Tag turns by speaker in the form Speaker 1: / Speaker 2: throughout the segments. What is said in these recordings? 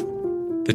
Speaker 1: The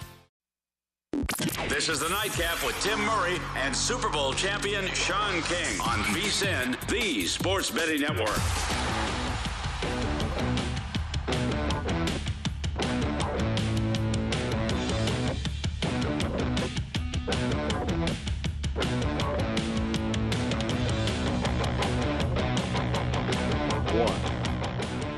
Speaker 2: This is the Nightcap with Tim Murray and Super Bowl champion Sean King on VSIN, the sports betting network.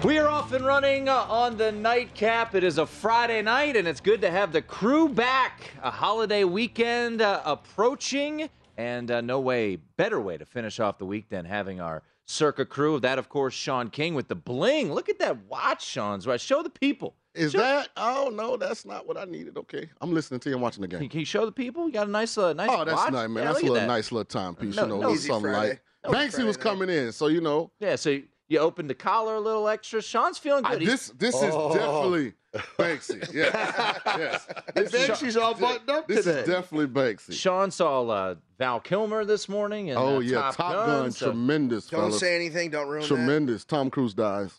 Speaker 3: We are off and running uh, on the nightcap. It is a Friday night, and it's good to have the crew back. A holiday weekend uh, approaching, and uh, no way better way to finish off the week than having our circa crew. That, of course, Sean King with the bling. Look at that watch, Sean's right. Show the people.
Speaker 4: Is
Speaker 3: Sure.
Speaker 4: that? Oh no, that's not what I needed. Okay, I'm listening to you. I'm watching the
Speaker 3: Can,
Speaker 4: game.
Speaker 3: can you show the people? You got a nice, uh, nice.
Speaker 4: Oh, that's
Speaker 3: watch?
Speaker 4: nice, man.
Speaker 3: Yeah,
Speaker 4: that's a
Speaker 3: look at
Speaker 4: little
Speaker 3: that.
Speaker 4: nice little timepiece.
Speaker 3: No,
Speaker 4: you know,
Speaker 3: no.
Speaker 4: a little
Speaker 3: Easy
Speaker 4: something
Speaker 5: Friday.
Speaker 3: No,
Speaker 4: like Banksy was coming in, so you know
Speaker 3: Yeah, so you, you opened the collar a little extra. Sean's feeling
Speaker 4: I-
Speaker 3: good. He-
Speaker 4: this. This
Speaker 5: Oh.
Speaker 4: is definitely Banksy. Yes, yes.
Speaker 5: And
Speaker 4: This is-
Speaker 5: Banksy's all buttoned up
Speaker 4: This
Speaker 5: today.
Speaker 4: is definitely Banksy.
Speaker 3: Sean saw uh, Val Kilmer this morning, and
Speaker 4: oh
Speaker 3: uh,
Speaker 4: yeah,
Speaker 3: Top,
Speaker 4: Top, Gun,
Speaker 3: so-
Speaker 4: tremendous.
Speaker 5: Don't
Speaker 4: fellas.
Speaker 5: say anything. Don't ruin
Speaker 4: tremendous. Tom Cruise dies.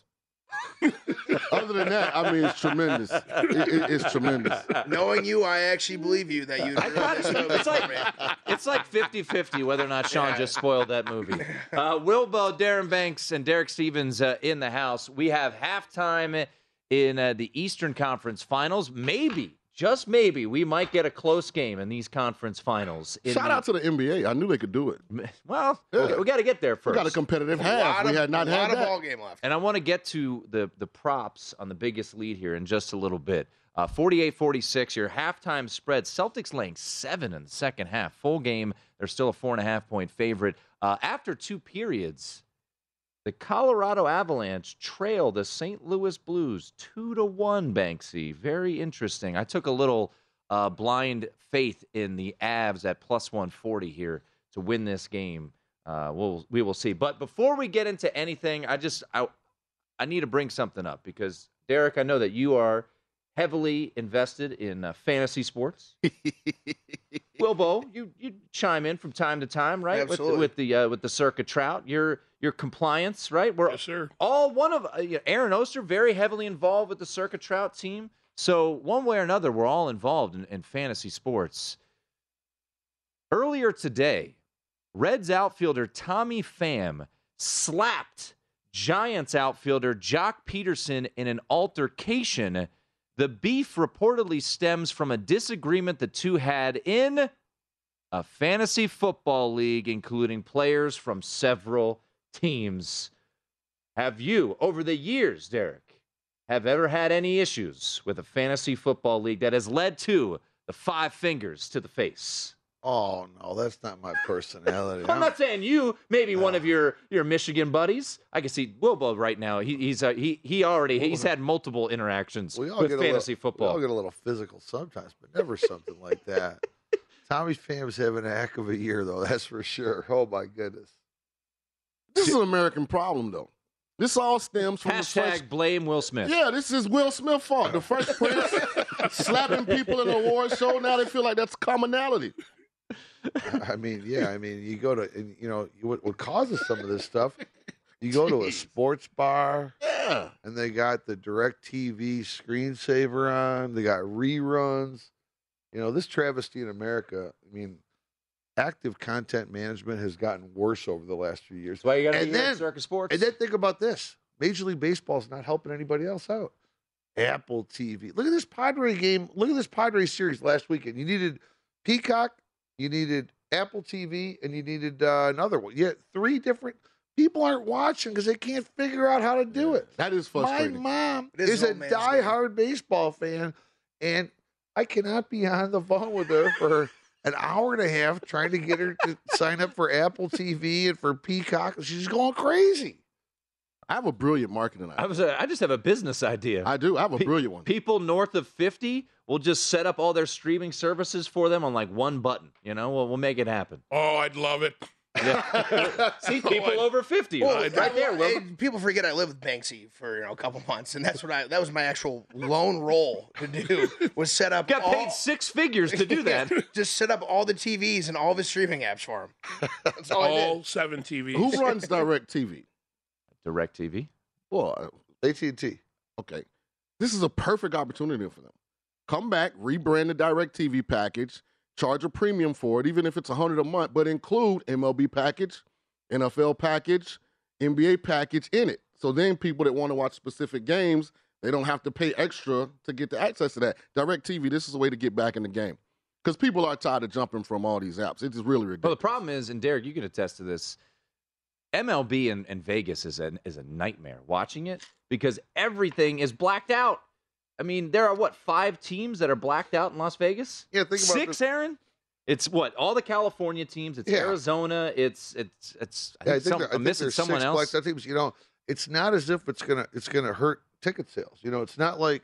Speaker 4: Other than that, I mean, it's tremendous. It- it- it's tremendous.
Speaker 5: that. Knowing you, I actually believe you that you.
Speaker 3: I thought it- it's like it's like 50-50 whether or not Sean just spoiled that movie. Uh, Wilbo, Darren Banks, and Derek Stevens uh, in the house. We have halftime in uh, the Eastern Conference Finals. Maybe, just maybe, we might get a close game in these conference finals. In
Speaker 4: Shout
Speaker 3: the-
Speaker 4: out to the NBA. I knew they could do it.
Speaker 3: well,
Speaker 4: Yeah.
Speaker 3: we, got to get there
Speaker 4: We
Speaker 3: first.
Speaker 4: got a competitive
Speaker 5: a
Speaker 4: half.
Speaker 5: lot of,
Speaker 4: we had not
Speaker 5: a
Speaker 4: had
Speaker 5: lot
Speaker 4: that.
Speaker 5: of ball game left.
Speaker 3: And I want to get to the the props on the biggest lead here in just a little bit. Uh, 48-46, your halftime spread. Celtics laying seven in the second half. Full game, they're still a four and a half point favorite. Uh, after two periods, the Colorado Avalanche trail the St. Louis Blues two to one. Banksy, very interesting. I took a little uh, blind faith in the Avs at plus one forty here to win this game. Uh, we'll we will see. But before we get into anything, I just I I need to bring something up because Derek, I know that you are heavily invested in uh, fantasy sports. Wilbo, you you chime in from time to time, right?
Speaker 5: Absolutely.
Speaker 3: With the with the, uh, with the circa trout, your your compliance, right? We're
Speaker 6: Yes, sir.
Speaker 3: all one of uh, you know, Aaron Oster very heavily involved with the circa trout team. So one way or another, we're all involved in, in fantasy sports. Earlier today, Reds outfielder Tommy Pham slapped Giants outfielder Jock Peterson in an altercation. The beef reportedly stems from a disagreement the two had in a fantasy football league, including players from several teams. Have you, over the years, Derek, have ever had any issues with a fantasy football league that has led to the five fingers to the face.
Speaker 4: Oh no, that's not my personality.
Speaker 3: I'm not saying you. Maybe one of your your Michigan buddies. I can see Wilbo right now. He, he's uh, he he already he's had multiple interactions
Speaker 4: we all
Speaker 3: with
Speaker 4: get
Speaker 3: fantasy
Speaker 4: a little,
Speaker 3: football.
Speaker 4: We all get a little physical sometimes, but never something like that. Tommy Pham's having a heck of a year, though. That's for sure. Oh my goodness.
Speaker 6: This is an American problem, though. This all stems from the
Speaker 3: Hashtag
Speaker 6: French.
Speaker 3: blame Will Smith.
Speaker 6: Yeah, this is Will Smith fault. The French Prince slapping people in an award show. Now they feel like that's commonality.
Speaker 4: I mean, yeah. I mean, you go to and, you know what, what causes some of this stuff. You go to a sports bar,
Speaker 6: Yeah.
Speaker 4: and they got the direct TV screensaver on. They got reruns. You know, this travesty in America, I mean, active content management has gotten worse over the last few years.
Speaker 3: That's why you got to
Speaker 4: And
Speaker 3: be here
Speaker 4: then-
Speaker 3: at Circus Sports.
Speaker 4: And then think about this Major League Baseball is not helping anybody else out. Apple TV. Look at this Padre game. Look at this Padre series last weekend. You needed Peacock, you needed Apple TV, and you needed uh, another one. You had three different people aren't watching because they can't figure out how to do it.
Speaker 6: That is
Speaker 4: My
Speaker 6: frustrating.
Speaker 4: mom
Speaker 5: It is
Speaker 4: is
Speaker 5: an
Speaker 4: a
Speaker 5: old man's game.
Speaker 4: diehard baseball fan, and I cannot be on the phone with her for an hour and a half trying to get her to sign up for Apple TV and for Peacock. She's going crazy.
Speaker 6: I have a brilliant marketing
Speaker 3: I
Speaker 6: idea.
Speaker 3: was a, I just have a business idea.
Speaker 6: I do. I have a
Speaker 3: Pe-
Speaker 6: brilliant one.
Speaker 3: People north of 50 will just set up all their streaming services for them on like one button. You know, we'll, we'll make it happen.
Speaker 7: Oh, I'd love it.
Speaker 3: Yeah. See, people
Speaker 7: I-
Speaker 3: over 50
Speaker 5: Well,
Speaker 3: right
Speaker 5: I-
Speaker 3: there. Will.
Speaker 5: I- people forget I lived with Banksy for you know, a couple months, and that's what I that was my actual lone role to do was set up
Speaker 3: Got
Speaker 5: all,
Speaker 3: paid six figures to do that.
Speaker 5: just set up all the TVs and all of his streaming apps for him. That's all I
Speaker 7: All
Speaker 5: did.
Speaker 7: seven TVs.
Speaker 6: Who runs Direct TV?
Speaker 3: Direct TV.
Speaker 6: Well,
Speaker 4: AT&T.
Speaker 6: okay. This is a perfect opportunity for them. Come back, rebrand the Direct TV package, charge a premium for it, even if it's a hundred a month, but include MLB package, NFL package, NBA package in it. So then people that want to watch specific games, they don't have to pay extra to get the access to that. Direct TV, this is a way to get back in the game. Because people are tired of jumping from all these apps. It is
Speaker 3: Well,
Speaker 6: really
Speaker 3: the
Speaker 6: ridiculous.
Speaker 3: problem is, and Derek, you can attest to this. MLB in, in Vegas is an is a nightmare watching it because everything is blacked out. I mean, there are what five teams that are blacked out in Las Vegas?
Speaker 4: Yeah, think about
Speaker 3: six,
Speaker 4: this.
Speaker 3: Aaron. It's what all the California teams. It's
Speaker 4: Yeah.
Speaker 3: Arizona. It's it's it's. I
Speaker 4: Yeah,
Speaker 3: think some,
Speaker 4: there-
Speaker 3: I'm missing
Speaker 4: there's
Speaker 3: someone
Speaker 4: six
Speaker 3: else.
Speaker 4: blacks. I think, it's, you know, it's not as if it's gonna it's gonna hurt ticket sales. You know, it's not like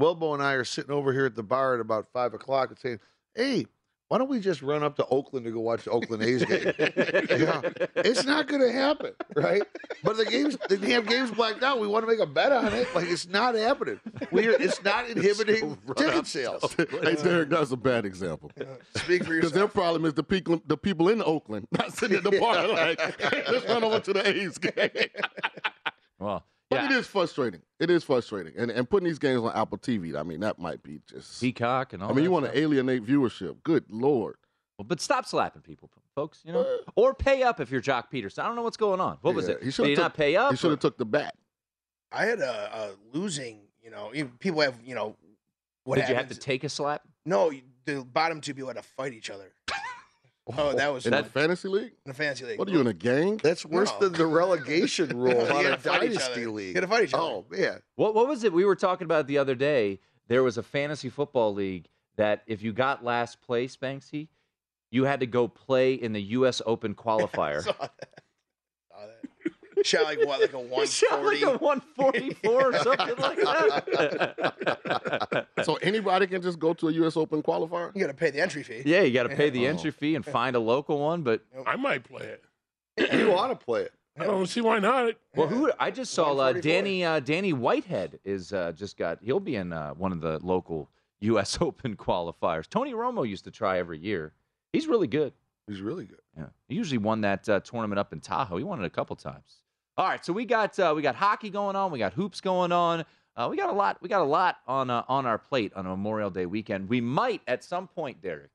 Speaker 4: Welbo and I are sitting over here at the bar at about five o'clock and saying, "Hey, why don't we just run up to Oakland to go watch the Oakland A's game?" Yeah. It's not going to happen, right? But the games, the damn game's blacked out. We want to make a bet on it. Like it's not happening. We're, it's not inhibiting ticket sales.
Speaker 6: hey, Derek, that's a bad example.
Speaker 5: Speak for
Speaker 6: Because their
Speaker 5: yourself.
Speaker 6: problem is the people, the people in Oakland not sitting at the bar like let's run over to the A's game.
Speaker 3: Well,
Speaker 6: But it
Speaker 3: yeah,
Speaker 6: is frustrating. It is frustrating, and and putting these games on Apple TV. I mean, that might be just.
Speaker 3: Peacock and all.
Speaker 6: I mean,
Speaker 3: that
Speaker 6: you want
Speaker 3: stuff.
Speaker 6: to alienate viewership. Good lord.
Speaker 3: Well, but stop slapping people, folks. You know, or pay up if you're Jock Peterson. I don't know what's going on. What was
Speaker 6: Yeah,
Speaker 3: it?
Speaker 6: he
Speaker 3: Did
Speaker 6: should've
Speaker 3: he not
Speaker 6: took-
Speaker 3: pay up?
Speaker 6: You should have took the bat.
Speaker 5: I had a, a losing. You know, even people have you know what
Speaker 3: Did you have to
Speaker 5: happens-
Speaker 3: take a slap?
Speaker 5: No, you- the bottom two people had to fight each other. oh, that was
Speaker 6: In
Speaker 5: in
Speaker 6: the fantasy league?
Speaker 5: the fantasy league.
Speaker 6: What are you in a gang?
Speaker 4: That's worse
Speaker 5: No.
Speaker 4: than the relegation rule
Speaker 5: You
Speaker 4: on
Speaker 5: gotta
Speaker 4: a
Speaker 5: fight each
Speaker 4: dynasty
Speaker 5: other. You
Speaker 4: league.
Speaker 5: gotta fight each other.
Speaker 4: Oh man,
Speaker 3: What what was it we were talking about the other day? There was a fantasy football league that if you got last place, Banksy, you had to go play in the U.S. Open qualifier.
Speaker 5: Saw that. Saw that. Shot like what, like a
Speaker 3: You
Speaker 5: one
Speaker 3: shot like
Speaker 5: forty?
Speaker 3: a 144 or something like that.
Speaker 6: So anybody can just go to a U.S. Open qualifier?
Speaker 5: You gotta pay the entry fee.
Speaker 3: yeah, you got to pay the
Speaker 6: Oh.
Speaker 3: entry fee and find a local one. But
Speaker 7: I might play it.
Speaker 4: you ought to play it.
Speaker 7: I don't see why not.
Speaker 3: well, who? I just saw uh,
Speaker 5: 144.
Speaker 3: Danny uh, Danny Whitehead is uh, just got. He'll be in uh, one of the local U.S. Open qualifiers. Tony Romo used to try every year. He's really good.
Speaker 4: He's really good.
Speaker 3: Yeah, he usually won that uh, tournament up in Tahoe. He won it a couple times. All right, so we got uh, we got hockey going on, we got hoops going on, uh, we got a lot we got a lot on uh, on our plate on Memorial Day weekend. We might at some point, Derek,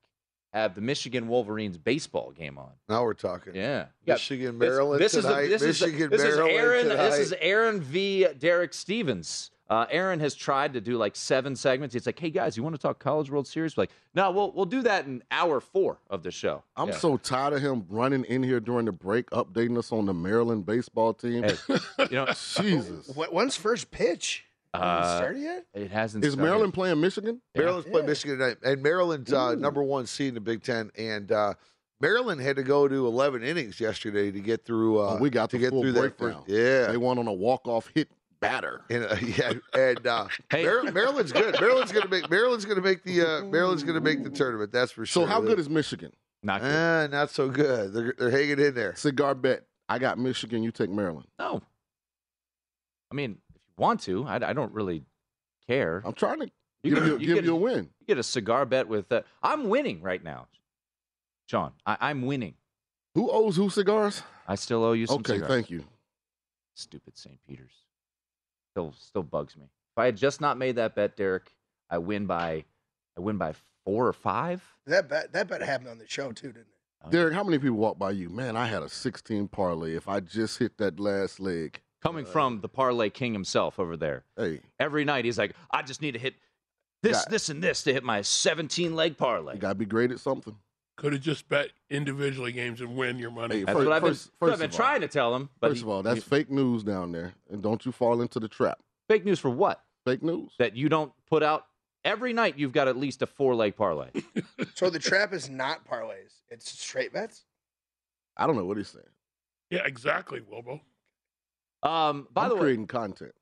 Speaker 3: have the Michigan Wolverines baseball game on.
Speaker 4: Now we're talking.
Speaker 3: Yeah, We got-
Speaker 4: Michigan, Maryland
Speaker 3: this, this
Speaker 4: tonight.
Speaker 3: Is the, this
Speaker 4: Michigan,
Speaker 3: is the, this
Speaker 4: Maryland
Speaker 3: is Aaron.
Speaker 4: tonight.
Speaker 3: This is Aaron v. Derek Stevens. Uh, Aaron has tried to do like seven segments. It's like, hey guys, you want to talk College World Series? We're like, no, we'll we'll do that in hour four of the show.
Speaker 6: I'm
Speaker 3: Yeah.
Speaker 6: so tired of him running in here during the break, updating us on the Maryland baseball team.
Speaker 3: Hey, you know,
Speaker 6: Jesus.
Speaker 5: What, when's first pitch? Haven't
Speaker 3: Uh,
Speaker 5: started yet?
Speaker 3: it hasn't.
Speaker 6: Is
Speaker 3: started.
Speaker 6: Maryland playing Michigan?
Speaker 4: Maryland's playing
Speaker 5: Yeah.
Speaker 4: Michigan tonight, and Maryland's uh, number one seed in the Big Ten. And uh, Maryland had to go to 11 innings yesterday to get through. Uh,
Speaker 6: Oh, we got
Speaker 4: to
Speaker 6: the
Speaker 4: get
Speaker 6: full
Speaker 4: through that
Speaker 6: breakdown.
Speaker 4: first- yeah.
Speaker 6: They won on a walk-off hit batter.
Speaker 4: And, uh, yeah, and uh,
Speaker 3: Hey.
Speaker 4: Mar- Maryland's good. Maryland's going to make Maryland's going to make the uh, Maryland's going to make the tournament. That's for
Speaker 6: So
Speaker 4: sure.
Speaker 6: how good is Michigan?
Speaker 3: Not good.
Speaker 4: Uh, not so good. They're, they're hanging in there.
Speaker 6: Cigar bet. I got Michigan. You take Maryland.
Speaker 3: no. I mean, if you want to, I, I don't really care.
Speaker 6: I'm trying to
Speaker 3: You get-
Speaker 6: give you,
Speaker 3: you
Speaker 6: give
Speaker 3: get-
Speaker 6: you a win.
Speaker 3: You get a cigar bet with. Uh, I'm winning right now, Sean. I, I'm winning.
Speaker 6: Who owes who cigars?
Speaker 3: I still owe you some
Speaker 6: Okay,
Speaker 3: cigars.
Speaker 6: thank you.
Speaker 3: Stupid St. Peter's. Still, still bugs me. If I had just not made that bet, Derek, I win by, I win by four or five.
Speaker 5: That bet that bet happened on the show too, didn't it?
Speaker 3: Uh,
Speaker 6: Derek, how many people walked by you? Man, I had a 16 parlay. If I just hit that last leg,
Speaker 3: Coming from the parlay king himself over there.
Speaker 6: hey,
Speaker 3: Every night he's like, I just need to hit this,
Speaker 6: Got-
Speaker 3: this, and this to hit my 17 leg parlay.
Speaker 6: you gotta be great at something.
Speaker 7: Could have just bet individually games and win your money.
Speaker 6: Hey,
Speaker 3: That's
Speaker 6: First-
Speaker 3: what I've been,
Speaker 6: first-
Speaker 3: that's what
Speaker 6: first
Speaker 3: I've been
Speaker 6: of all-
Speaker 3: trying to tell him. But
Speaker 6: First
Speaker 3: he-
Speaker 6: of all, that's
Speaker 3: he-
Speaker 6: fake news down there, and don't you fall into the trap.
Speaker 3: fake news for what?
Speaker 6: Fake news.
Speaker 3: That you don't put out every night. You've got at least a four leg parlay.
Speaker 5: So the trap is not parlays; it's straight bets.
Speaker 6: I don't know what he's saying.
Speaker 7: Yeah, exactly, Wilbo.
Speaker 3: Um, by
Speaker 6: I'm
Speaker 3: the way,
Speaker 6: creating content.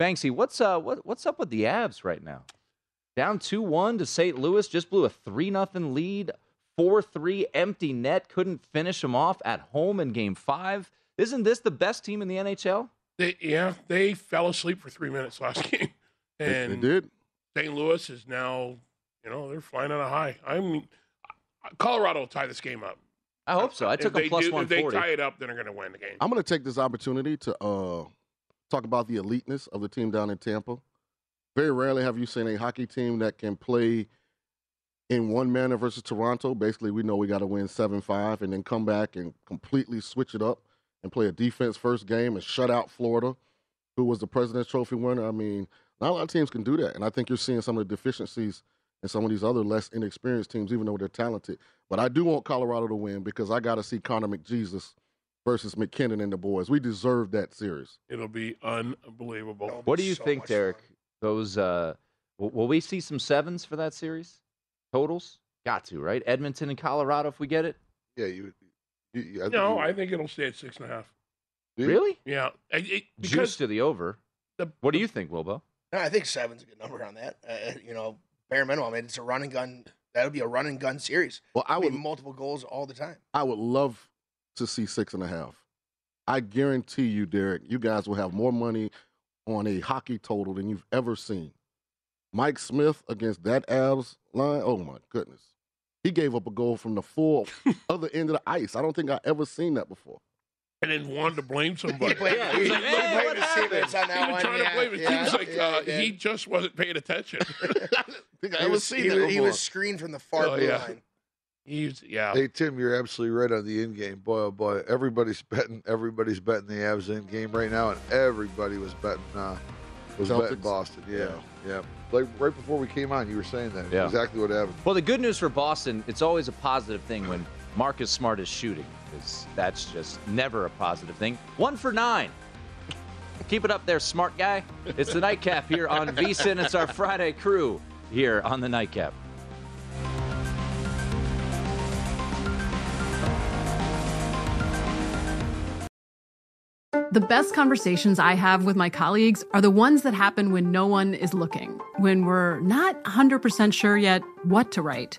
Speaker 3: Banksy, what's uh, what, what's up with the Abs right now? Down two one to St. Louis, just blew a three nothing lead, four three empty net, couldn't finish them off at home in Game Five. Isn't this the best team in the NHL?
Speaker 7: They, yeah, they fell asleep for three minutes last game,
Speaker 6: They-
Speaker 7: and
Speaker 6: they did.
Speaker 7: St. Louis is now, you know, they're flying on a high. I mean, Colorado will tie this game up.
Speaker 3: I hope so. I
Speaker 7: If
Speaker 3: took
Speaker 7: they
Speaker 3: a plus
Speaker 7: do-
Speaker 3: one
Speaker 7: If they
Speaker 3: forty.
Speaker 7: tie it up, then they're going to win the game.
Speaker 6: I'm going to take this opportunity to uh, talk about the eliteness of the team down in Tampa. Very rarely have you seen a hockey team that can play in one manner versus Toronto. Basically, we know we got to win 7 5 and then come back and completely switch it up and play a defense first game and shut out Florida, who was the President's Trophy winner. I mean, not a lot of teams can do that. And I think you're seeing some of the deficiencies in some of these other less inexperienced teams, even though they're talented. But I do want Colorado to win because I got to see Connor McJesus versus McKinnon and the boys. We deserve that series.
Speaker 7: It'll be unbelievable.
Speaker 5: That'll
Speaker 3: What
Speaker 5: be
Speaker 3: do you
Speaker 5: so
Speaker 3: think,
Speaker 5: much fun.
Speaker 3: Derek? Those uh, will, will we see some sevens for that series totals? Got to right, Edmonton and Colorado if we get it.
Speaker 4: Yeah, you. you, you I think
Speaker 7: No,
Speaker 4: you-
Speaker 7: I think it'll stay at six and a half.
Speaker 4: Yeah.
Speaker 3: Really?
Speaker 7: Yeah, I- it-
Speaker 3: Juice
Speaker 7: because
Speaker 3: to the over.
Speaker 7: the,
Speaker 3: What do you think, Wilbo?
Speaker 5: No, I think seven's a good number on that. Uh, you know, bare minimum. I mean, it's a run and gun. That'll be a run and gun series.
Speaker 6: Well, I
Speaker 5: I
Speaker 6: would,
Speaker 5: would multiple goals all the time.
Speaker 6: I would love to see six and a half. I guarantee you, Derek, you guys will have more money on a hockey total than you've ever seen. Mike Smith against that abs line. Oh my goodness. He gave up a goal from the full other end of the ice. I don't think I ever seen that before.
Speaker 7: and then wanted to blame somebody.
Speaker 5: Blame-
Speaker 3: Yeah, he's like,
Speaker 5: blame
Speaker 3: "Hey, what
Speaker 5: the Stevens on
Speaker 7: He was
Speaker 5: that one.
Speaker 7: trying to
Speaker 5: Yeah,
Speaker 7: blame his
Speaker 5: yeah,
Speaker 7: team. He's like,
Speaker 5: yeah,
Speaker 7: uh,
Speaker 5: did.
Speaker 7: he just wasn't paying attention.
Speaker 6: think
Speaker 5: He was, he, was, he was screened from the far
Speaker 7: Oh,
Speaker 5: blue
Speaker 7: yeah.
Speaker 5: line.
Speaker 7: He's yeah.
Speaker 4: Hey Tim, you're absolutely right on the end game. Boy, oh boy, everybody's betting. Everybody's betting the Avs end game right now, and everybody was betting. Uh, was betting
Speaker 6: Celtics.
Speaker 4: Boston. Yeah, yeah. Like right before we came on, you were saying that.
Speaker 3: Yeah.
Speaker 4: Exactly what happened.
Speaker 3: Well, the good news for Boston, it's always a positive thing when Marcus Smart is shooting, 'cause that's just never a positive thing. One for nine. Keep it up there, smart guy. It's the nightcap here on VSIN. It's our Friday crew here on the nightcap.
Speaker 8: The best conversations I have with my colleagues are the ones that happen when no one is looking, when we're not 100% sure yet what to write.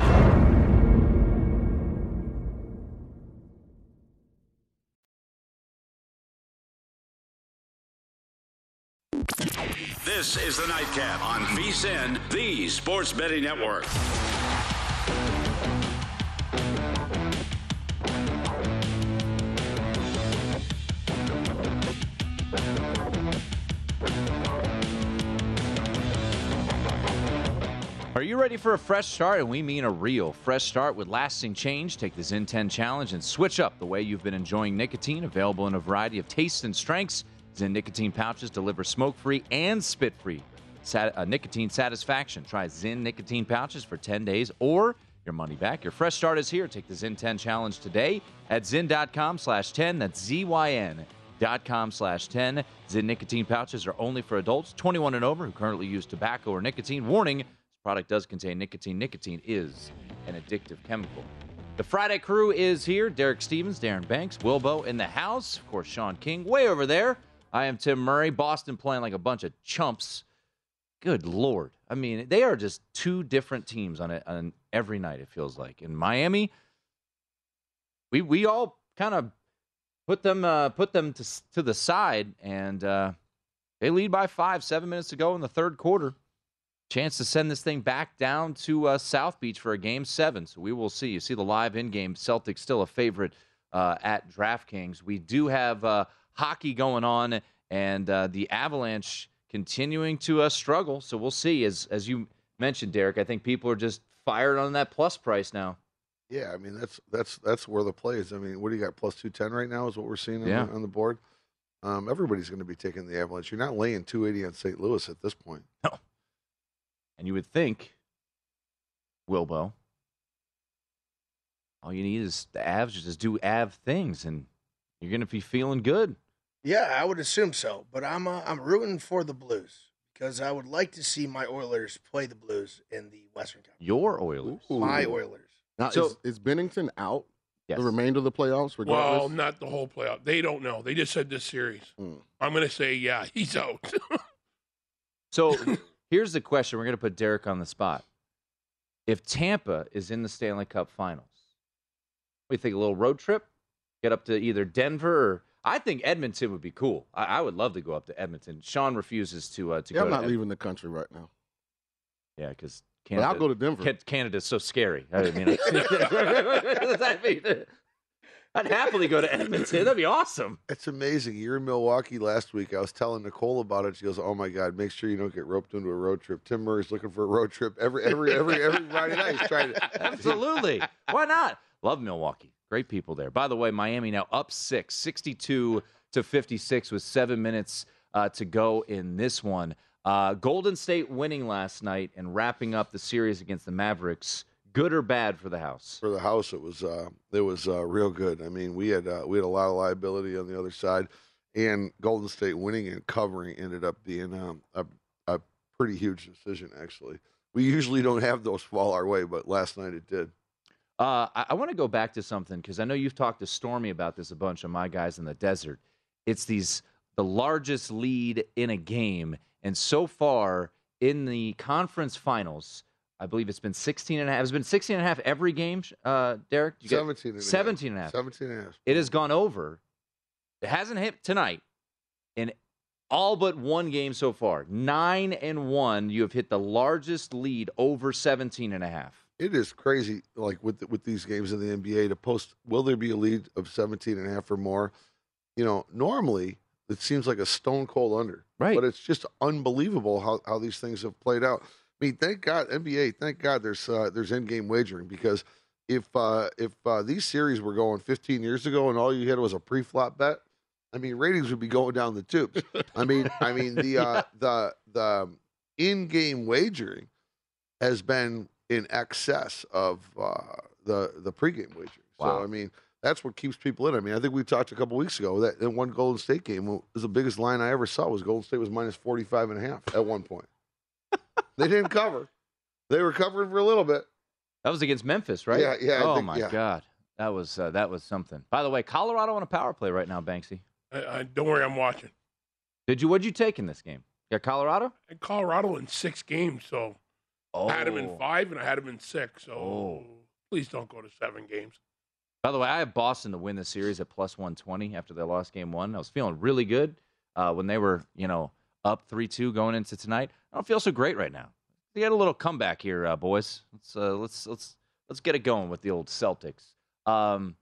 Speaker 2: This is the Nightcap on VSIN, the Sports Betting Network.
Speaker 3: Are you ready for a fresh start? And we mean a real fresh start with lasting change. Take the Zen 10 challenge and switch up the way you've been enjoying nicotine. Available in a variety of tastes and strengths. Zen nicotine pouches deliver smoke free and spit free sat- uh, nicotine satisfaction. Try Zen nicotine pouches for 10 days or your money back. Your fresh start is here. Take the Zen 10 challenge today at Zen.com slash 10. That's Z-Y-N dot com slash 10. Zen nicotine pouches are only for adults 21 and over who currently use tobacco or nicotine. Warning, this product does contain nicotine. Nicotine is an addictive chemical. The Friday crew is here. Derek Stevens, Darren Banks, Wilbo in the house. Of course, Sean King way over there. I am Tim Murray. Boston playing like a bunch of chumps. Good lord! I mean, they are just two different teams on it on every night. It feels like in Miami, we we all kind of put them uh, put them to s- to the side, and uh, they lead by five, seven minutes to go in the third quarter. Chance to send this thing back down to uh, South Beach for a game seven. So we will see. You see the live in game. Celtics still a favorite uh, at DraftKings. We do have uh, hockey going on, and uh, the Avalanche continuing to uh, struggle. So we'll see. As as you mentioned, Derek, I think people are just fired on that plus price now.
Speaker 4: Yeah, I mean that's that's that's where the play is. I mean, what do you got? Plus two ten right now is what we're seeing on,
Speaker 3: Yeah.
Speaker 4: the, on the board. Um, everybody's going to be taking the Avalanche. You're not laying two eighty on St. Louis at this point.
Speaker 3: And you would think Wilbo. All you need is the Avs. Just do Av things, and you're gonna be feeling good.
Speaker 5: Yeah, I would assume so. But I'm uh, I'm rooting for the Blues because I would like to see my Oilers play the Blues in the Western Conference.
Speaker 3: Your Oilers.
Speaker 5: My Oilers.
Speaker 6: Now,
Speaker 5: So-
Speaker 6: is, is Bennington out the remainder of the playoffs? Regardless?
Speaker 7: Well, not the whole playoff. They don't know. They just said this series.
Speaker 3: Hmm.
Speaker 6: Mm.
Speaker 7: I'm going to say, yeah, he's out.
Speaker 3: So here's the question: We're gonna put Derek on the spot. If Tampa is in the Stanley Cup Finals, we think a little road trip, get up to either Denver or I think Edmonton would be cool. I, I would love to go up to Edmonton. Sean refuses to uh, to
Speaker 6: yeah,
Speaker 3: go.
Speaker 6: I'm
Speaker 3: to
Speaker 6: not
Speaker 3: Ed-
Speaker 6: leaving the country right now.
Speaker 3: Yeah, because
Speaker 6: But I'll go to Denver.
Speaker 3: Canada's so scary. I mean, I mean, I'd happily go to Edmonton. That'd be awesome.
Speaker 4: It's amazing. You're in Milwaukee last week. I was telling Nicole about it. She goes, "Oh my God, make sure you don't get roped into a road trip." Tim Murray's looking for a road trip every every every every Friday night. He's trying to
Speaker 3: Absolutely. Why not? Love Milwaukee. Great people there. By the way, Miami now up six, 62 to 56 with seven minutes uh, to go in this one. Uh, Golden State winning last night and wrapping up the series against the Mavericks. Good or bad for the house?
Speaker 4: for the house. It was uh, it was uh, real good. I mean, we had uh, we had a lot of liability on the other side, and Golden State winning and covering ended up being um, a a pretty huge decision. Actually, we usually don't have those fall our way, but last night it did.
Speaker 3: Uh, I, I want to go back to something because I know you've talked to Stormy about this a bunch on my guys in the desert. It's these the largest lead in a game, and so far in the conference finals, I believe it's been 16 and a half. It's been 16 and a half every game, sh- uh, Derek. You get-
Speaker 4: 17 and a half.
Speaker 3: 17 and a half.
Speaker 4: 17 and a half.
Speaker 3: It has gone over. It hasn't hit tonight in all but one game so far. Nine and one, you have hit the largest lead over 17 and a half.
Speaker 4: It is crazy, like with with these games in the NBA, to post. Will there be a lead of 17 and a half or more? You know, normally it seems like a stone cold under,
Speaker 3: right?
Speaker 4: But it's just unbelievable how, how these things have played out. I mean, thank God NBA, thank God there's uh, there's in game wagering because if uh, if uh, these series were going 15 years ago and all you had was a pre flop bet, I mean ratings would be going down the tubes. I mean, I mean the uh, the the in game wagering has been in excess of uh, the the pregame wagering. So I mean, that's what keeps people in. I mean, I think we talked a couple weeks ago that in one Golden State game it was the biggest line I ever saw was Golden State was minus 45 and a half at one point. they didn't cover. They were covering for a little bit.
Speaker 3: That was against Memphis, right?
Speaker 4: Yeah, yeah, I
Speaker 3: Oh
Speaker 4: think-
Speaker 3: my
Speaker 4: yeah.
Speaker 3: God, that was uh, that was something. By the way, Colorado on a power play right now, Banksy.
Speaker 7: I, I, don't worry, I'm watching.
Speaker 3: Did you? What'd you take in this game? Yeah, Colorado.
Speaker 7: And Colorado in six games, so I had him in
Speaker 3: Oh.
Speaker 7: five and I had him in six. So
Speaker 3: Oh.
Speaker 7: please don't go to seven games.
Speaker 3: By the way, I have Boston to win the series at plus 120 after they lost game one. I was feeling really good uh, when they were, you know, up 3 2 going into tonight. I don't feel so great right now. They had a little comeback here, uh, boys. Let's, uh, let's, let's, let's get it going with the old Celtics. Um,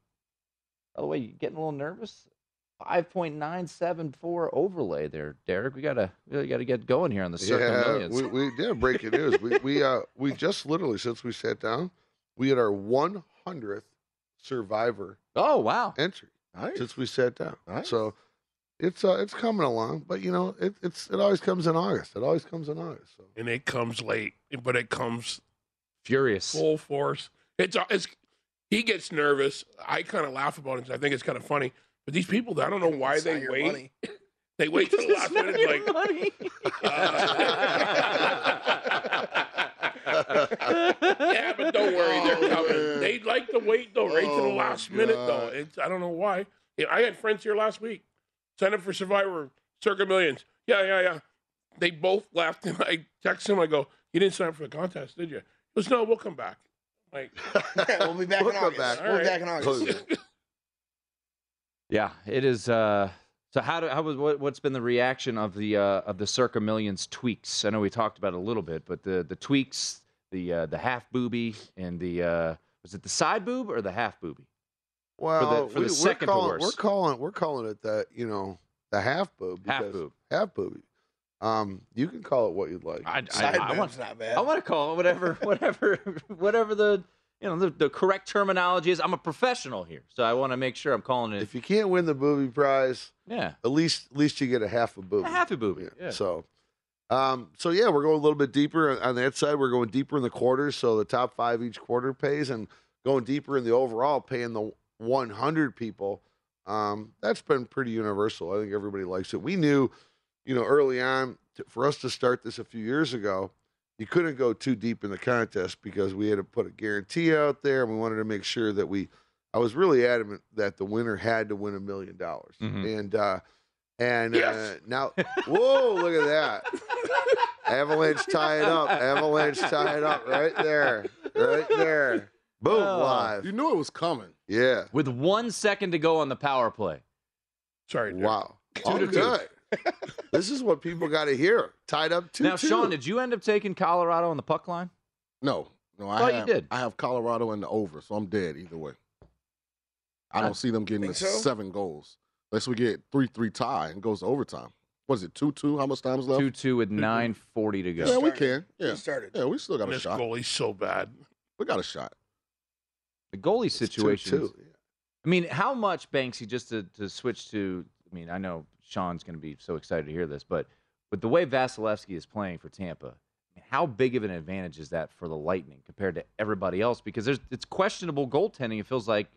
Speaker 3: by the way, you getting a little nervous? 5.974 overlay there, Derek. We got to really got to get going here on the circle millions.
Speaker 4: we, we did breaking news. we we uh we just literally since we sat down, we had our 100th survivor.
Speaker 3: Oh wow!
Speaker 4: Entry since we sat down. So it's uh it's coming along, but you know it it's it always comes in August. It always comes in August. So.
Speaker 7: And it comes late, but it comes
Speaker 3: Furious.
Speaker 7: full force. It's uh, it's he gets nervous. I kind of laugh about it. 'cause I think it's kind of funny. But these people, I don't know why
Speaker 5: It's not
Speaker 7: they
Speaker 5: your
Speaker 7: wait.
Speaker 5: money.
Speaker 7: They wait till the last minute. Like yeah, but don't worry,
Speaker 6: Oh,
Speaker 7: they're coming. They'd like to wait though, right to the last minute though. It's I don't know why. Yeah, I had friends here last week. Sign up for Survivor, Circa Millions. Yeah, yeah, yeah. They both left, and I text him. I go, "You didn't sign up for the contest, did you?" He goes, "No, we'll come back." Like,
Speaker 5: we'll be back in August. We'll be back in August.
Speaker 3: Yeah, it is. Uh, so how do how was what, what's been the reaction of the uh, of the Circa Millions tweaks? I know we talked about it a little bit, but the the tweaks, the uh, the half booby and the uh, was it the side boob or the half booby?
Speaker 4: Well,
Speaker 3: for the
Speaker 4: we, are
Speaker 3: second to
Speaker 4: calling,
Speaker 3: worst.
Speaker 4: we're calling we're calling it that you know the half boob
Speaker 3: Half
Speaker 4: because-
Speaker 3: boob.
Speaker 4: half boob. Um, you can call it what you'd like.
Speaker 3: I, I, I want
Speaker 5: not
Speaker 3: I want to call it whatever whatever whatever the you know the, the correct terminology is. I'm a professional here, so I want to make sure I'm calling it
Speaker 4: If you can't win the booby prize,
Speaker 3: Yeah.
Speaker 4: at least at least you get a half a booby.
Speaker 3: half a booby, yeah.
Speaker 4: So, Um, so yeah, we're going a little bit deeper on- on that side. We're going deeper in the quarters, so the top five each quarter pays, and going deeper in the overall, paying the 100 people. Um, that's been pretty universal. I think everybody likes it. We knew, you know, early on t- for us to start this a few years ago, you couldn't go too deep in the contest because we had to put a guarantee out there, and we wanted to make sure that we. I was really adamant that the winner had to win a million dollars,
Speaker 3: Mm-hmm.
Speaker 9: Mhm.
Speaker 4: and uh, and uh,
Speaker 9: Yes.
Speaker 4: now, whoa, look at that. Avalanche tie it up. Avalanche tie it up right there. Right there. Boom, live.
Speaker 6: You knew it was coming.
Speaker 4: Yeah.
Speaker 3: With one second to go on the power play.
Speaker 7: Sorry.
Speaker 4: Wow. All good. this is what people got to hear. Tied up two.
Speaker 3: now, Sean, did you end up taking Colorado on the puck line?
Speaker 6: No, no, I
Speaker 7: Oh,
Speaker 3: Thought you
Speaker 6: have,
Speaker 3: did.
Speaker 6: I have Colorado in the over, so I'm dead either way. I don't see them getting the
Speaker 3: think so?
Speaker 6: seven goals unless we get three three tie and goes to overtime. What is it two two? How much time is left?
Speaker 3: Two two with nine forty to go.
Speaker 6: Yeah, we can. Yeah,
Speaker 7: We started.
Speaker 6: Yeah, we still got a
Speaker 7: This
Speaker 6: shot.
Speaker 7: goalie's so bad.
Speaker 6: We got a shot.
Speaker 3: The goalie situation.
Speaker 6: two-two,
Speaker 3: I mean, how much Banksy just to, to switch to? I mean, I know Sean's going to be so excited to hear this, but with the way Vasilevsky is playing for Tampa, I mean, how big of an advantage is that for the Lightning compared to everybody else? Because there's it's questionable goaltending. It feels like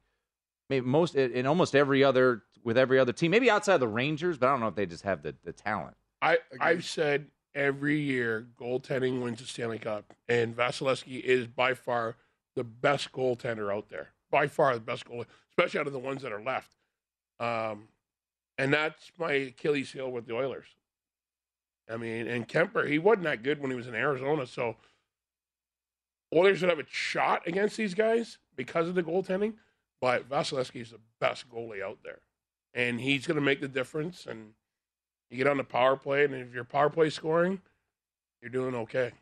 Speaker 3: maybe most in almost every other with every other team, maybe outside of the Rangers, but I don't know if they just have the the talent.
Speaker 7: I, I've said every year goaltending wins the Stanley Cup, and Vasilevsky is by far the best goaltender out there. By far the best goalie, especially out of the ones that are left. Um, and that's my Achilles heel with the Oilers. I mean, and Kemper, he wasn't that good when he was in Arizona. So Oilers would have a shot against these guys because of the goaltending, but Vasilevsky is the best goalie out there. And he's going to make the difference. And you get on the power play, and if your power play scoring, you're doing okay.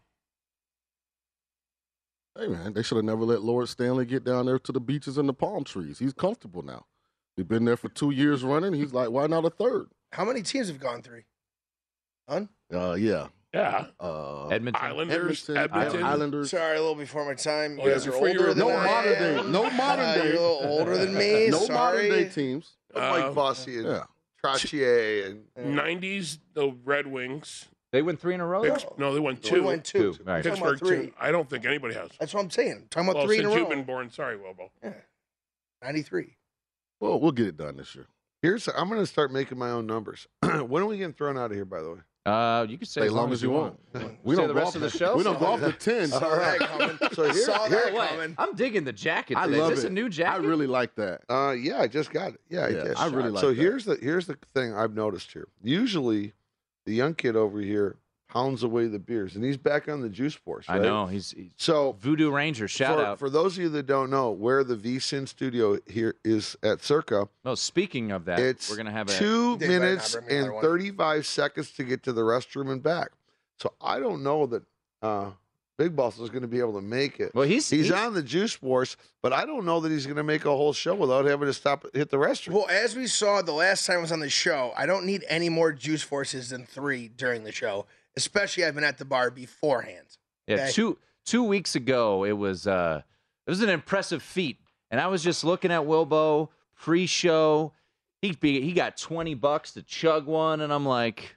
Speaker 6: Hey man, they should have never let Lord Stanley get down there to the beaches and the palm trees. He's comfortable now. We've been there for two years running. He's like, why not a third?
Speaker 5: How many teams have gone three? None.
Speaker 6: Uh, yeah.
Speaker 7: Yeah.
Speaker 6: Uh,
Speaker 3: Edmonton.
Speaker 7: Islanders, Edmonton.
Speaker 6: Islanders.
Speaker 5: Sorry, a little before my time. You
Speaker 6: Oh, yeah,
Speaker 5: guys are
Speaker 6: before you
Speaker 5: older
Speaker 6: were-
Speaker 5: than
Speaker 6: No
Speaker 5: I
Speaker 6: modern
Speaker 5: am.
Speaker 6: day- no modern
Speaker 5: Uh,
Speaker 6: day.
Speaker 5: You're a little older than me.
Speaker 6: No
Speaker 5: sorry.
Speaker 6: modern day teams.
Speaker 7: Um,
Speaker 4: Mike Bossy and Trottier and
Speaker 7: Nineties, the Red Wings.
Speaker 3: They win three in a row.
Speaker 7: Picks- no, they won two.
Speaker 5: We won two. Two. Right. Talking about
Speaker 7: Pittsburgh
Speaker 5: three.
Speaker 7: two. I don't think anybody has.
Speaker 5: That's what I'm saying. Talking about
Speaker 7: well,
Speaker 5: three in
Speaker 7: since
Speaker 5: a row.
Speaker 7: you've been born, sorry, Wilbo.
Speaker 5: Yeah. 93.
Speaker 6: Well, we'll get it done this year.
Speaker 4: Here's I'm going to start making my own numbers. when are we getting thrown out of here? By the way.
Speaker 3: Uh, you can stay,
Speaker 4: Stay
Speaker 3: as long, as, you want.
Speaker 4: We
Speaker 3: Stay
Speaker 4: don't
Speaker 3: the
Speaker 4: go
Speaker 3: rest
Speaker 4: off
Speaker 3: of the
Speaker 4: the-
Speaker 3: show.
Speaker 4: we don't go off the 10. All right. So here-
Speaker 3: Saw
Speaker 4: here-
Speaker 3: that coming. I'm digging the jacket.
Speaker 4: I
Speaker 3: today.
Speaker 4: love
Speaker 3: is this
Speaker 4: it.
Speaker 3: a new jacket?
Speaker 6: I really like that.
Speaker 4: Uh, yeah, I just got it. Yeah,
Speaker 6: Yeah,
Speaker 4: I, did.
Speaker 6: I really like
Speaker 4: So
Speaker 6: that.
Speaker 4: here's the here's the thing I've noticed here. Usually, the young kid over here pounds away the beers, and he's back on the juice force.
Speaker 3: I
Speaker 4: right?
Speaker 3: know he's, he's
Speaker 4: So
Speaker 3: Voodoo Ranger. Shout
Speaker 4: for,
Speaker 3: out.
Speaker 4: for those of you that don't know where the VSIN studio here is at Circa.
Speaker 3: no, speaking of that,
Speaker 4: It's
Speaker 3: we're gonna have a
Speaker 4: two
Speaker 5: They better not
Speaker 4: minutes
Speaker 5: bring me another
Speaker 4: and
Speaker 5: one.
Speaker 4: 35 seconds to get to the restroom and back. So I don't know that uh, Big Boss is going to be able to make it.
Speaker 3: Well, he's-
Speaker 4: he's,
Speaker 3: he's-
Speaker 4: on the Juice Force, but I don't know that he's going to make a whole show without having to stop and hit the restroom.
Speaker 5: Well, as we saw the last time I was on the show, I don't need any more juice forces than three during the show, especially I've been at the bar beforehand.
Speaker 3: Yeah,
Speaker 5: Okay.
Speaker 3: two two weeks ago, it was uh, it was an impressive feat, and I was just looking at Wilbo pre-show. He be, he got twenty bucks to chug one, and I'm like,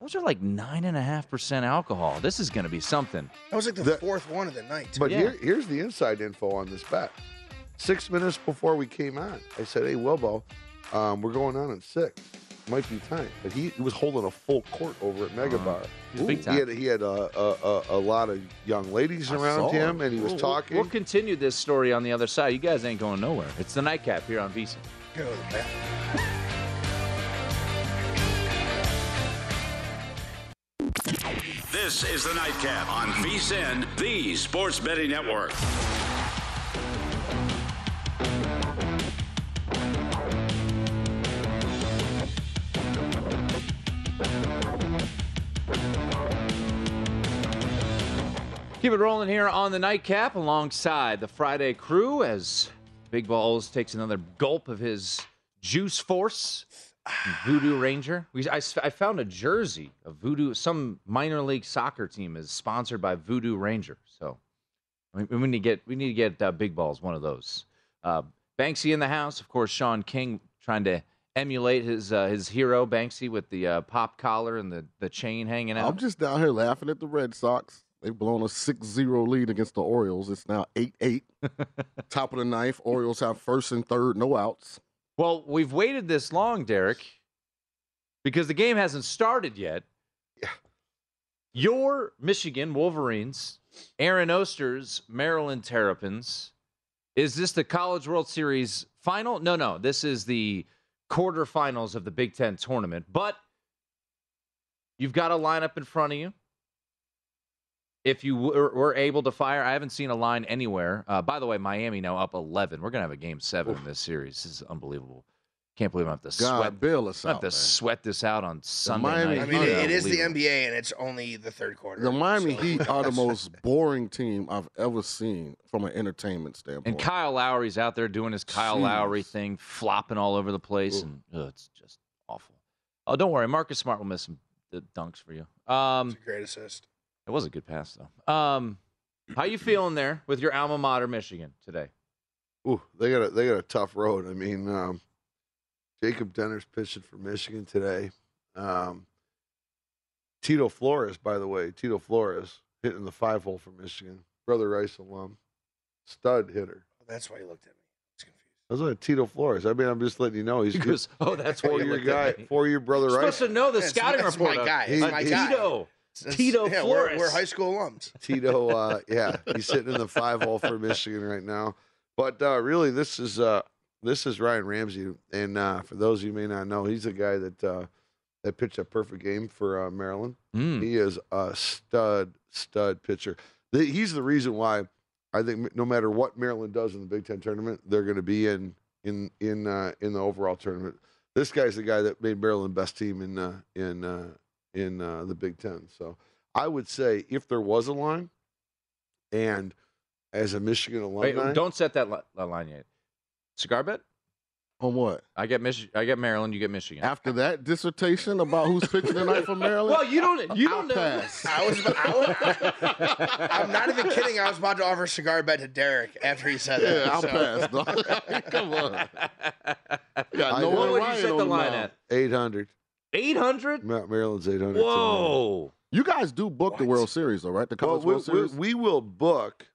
Speaker 3: those are like nine and a half percent alcohol. This is gonna be something.
Speaker 5: That was like the,
Speaker 4: The-
Speaker 5: fourth one of the night.
Speaker 4: But here, here's the inside info on this bet. Six minutes before we came on, I said, "Hey, Wilbo, um, we're going on at six. Might be time." But he, he was holding a full court over at Mega
Speaker 3: Uh-huh.
Speaker 4: Bar.
Speaker 3: He's big time.
Speaker 4: He had he had uh, a, a, a, a lot of young ladies
Speaker 3: I saw
Speaker 4: around him, and he was
Speaker 3: We'll- we'll-
Speaker 4: talking.
Speaker 3: We'll continue this story on the other side. You guys ain't going nowhere. It's the nightcap here on Visa.
Speaker 5: Go to the bathroom.
Speaker 2: This is the Nightcap on VSIN, the Sports Betting Network.
Speaker 3: Keep it rolling here on the nightcap alongside the Friday crew as Big Balls takes another gulp of his juice force. Voodoo Ranger. We, I, s- I found a jersey of Voodoo. Some minor league soccer team is sponsored by Voodoo Ranger. So we, we need to get we need to get uh, Big Balls one of those. Uh, Banksy in the house, of course. Sean King trying to emulate his uh, his hero Banksy with the uh, pop collar and the, the chain hanging out.
Speaker 6: I'm just down here laughing at the Red Sox. They've blown a 6-0 lead against the Orioles. It's now 8-8. Top of the ninth, Orioles have first and third, no outs.
Speaker 3: Well, we've waited this long, Derek, because the game hasn't started yet. Your Michigan Wolverines, Aaron Oster's Maryland Terrapins. Is this the College World Series final? No, no. This is the quarterfinals of the Big Ten tournament. But you've got a lineup in front of you. If you were, were able to fire, I haven't seen a line anywhere. Uh, by the way, Miami now up 11. We're going to have a game seven in this series. This is unbelievable. Can't believe I have to
Speaker 6: God,
Speaker 3: sweat.
Speaker 6: bail us
Speaker 3: I have
Speaker 6: out,
Speaker 3: to
Speaker 6: man.
Speaker 3: sweat this out on Sunday
Speaker 6: Miami
Speaker 3: night.
Speaker 6: Heat
Speaker 5: I mean, it, it is the
Speaker 3: Unbelievable.
Speaker 5: NBA, and it's only the third quarter.
Speaker 6: The Miami
Speaker 5: so-
Speaker 6: Heat are the most boring team I've ever seen from an entertainment standpoint.
Speaker 3: And Kyle Lowry's out there doing his Kyle
Speaker 6: Jeez.
Speaker 3: Lowry thing, flopping all over the place, and ugh, it's just awful. Oh, don't worry, Marcus Smart will miss some the dunks for you. Um,
Speaker 5: it's a great assist.
Speaker 3: It was a good pass though. Um, how you feeling there with your alma mater, Michigan, today?
Speaker 4: Ooh, they got a they got a tough road. I mean, um, Jacob Denner's pitching for Michigan today. Um, Tito Flores, by the way, Tito Flores hitting the five hole for Michigan. Brother Rice alum, stud hitter.
Speaker 5: That's why you looked at me.
Speaker 4: I was looking at Tito Flores. I mean, I'm just letting you know he's
Speaker 3: He goes, "Oh, that's why you
Speaker 4: four year
Speaker 3: looked at
Speaker 4: guy,
Speaker 3: me."
Speaker 4: four year brother
Speaker 3: You're
Speaker 4: Rice.
Speaker 3: supposed to know the
Speaker 5: That's-
Speaker 3: scouting
Speaker 5: that's
Speaker 3: report.
Speaker 5: my
Speaker 3: of-
Speaker 5: guy.
Speaker 4: It's
Speaker 3: of
Speaker 4: my guy.
Speaker 3: Tito.
Speaker 5: That's-
Speaker 3: Tito
Speaker 5: yeah,
Speaker 3: Flores.
Speaker 5: We're, we're high school alums.
Speaker 4: Tito, uh, yeah, he's sitting in the five hole for Michigan right now. But uh, really, this is uh, this is Ryan Ramsey, and uh, for those of you who may not know, he's a guy that uh, that pitched a perfect game for uh, Maryland.
Speaker 3: Mm.
Speaker 4: He is a stud, stud pitcher. The, he's the reason why I think no matter what Maryland does in the Big Ten tournament, they're going to be in in in uh, in the overall tournament. This guy's the guy that made Maryland best team in uh, in uh, in uh, the Big Ten. So I would say if there was a line, and as a Michigan
Speaker 3: Wait,
Speaker 4: alumni,
Speaker 3: don't set that, li- that line yet. Cigar bet?
Speaker 6: On what?
Speaker 3: I get Mich- I get Maryland. You get Michigan.
Speaker 6: After that dissertation about who's pitching tonight for Maryland,
Speaker 3: Well, you don't. You don't
Speaker 6: I'll
Speaker 3: know.
Speaker 6: pass.
Speaker 5: I was, about- I am not even kidding. I was about to offer a cigar bet to Derek after he said that.
Speaker 6: Yeah, I'll
Speaker 5: so.
Speaker 6: pass. dog. Come on.
Speaker 4: I
Speaker 6: no
Speaker 4: know.
Speaker 6: one
Speaker 3: What would you
Speaker 6: Ryan
Speaker 3: set
Speaker 6: on
Speaker 3: the
Speaker 6: the
Speaker 3: line
Speaker 6: mound.
Speaker 3: at?
Speaker 4: eight hundred.
Speaker 3: Eight hundred.
Speaker 4: Maryland's eight hundred.
Speaker 3: Whoa.
Speaker 6: You guys do book the World Series, though, right? The
Speaker 4: Well,
Speaker 6: College
Speaker 4: we,
Speaker 6: World Series.
Speaker 4: we, we will book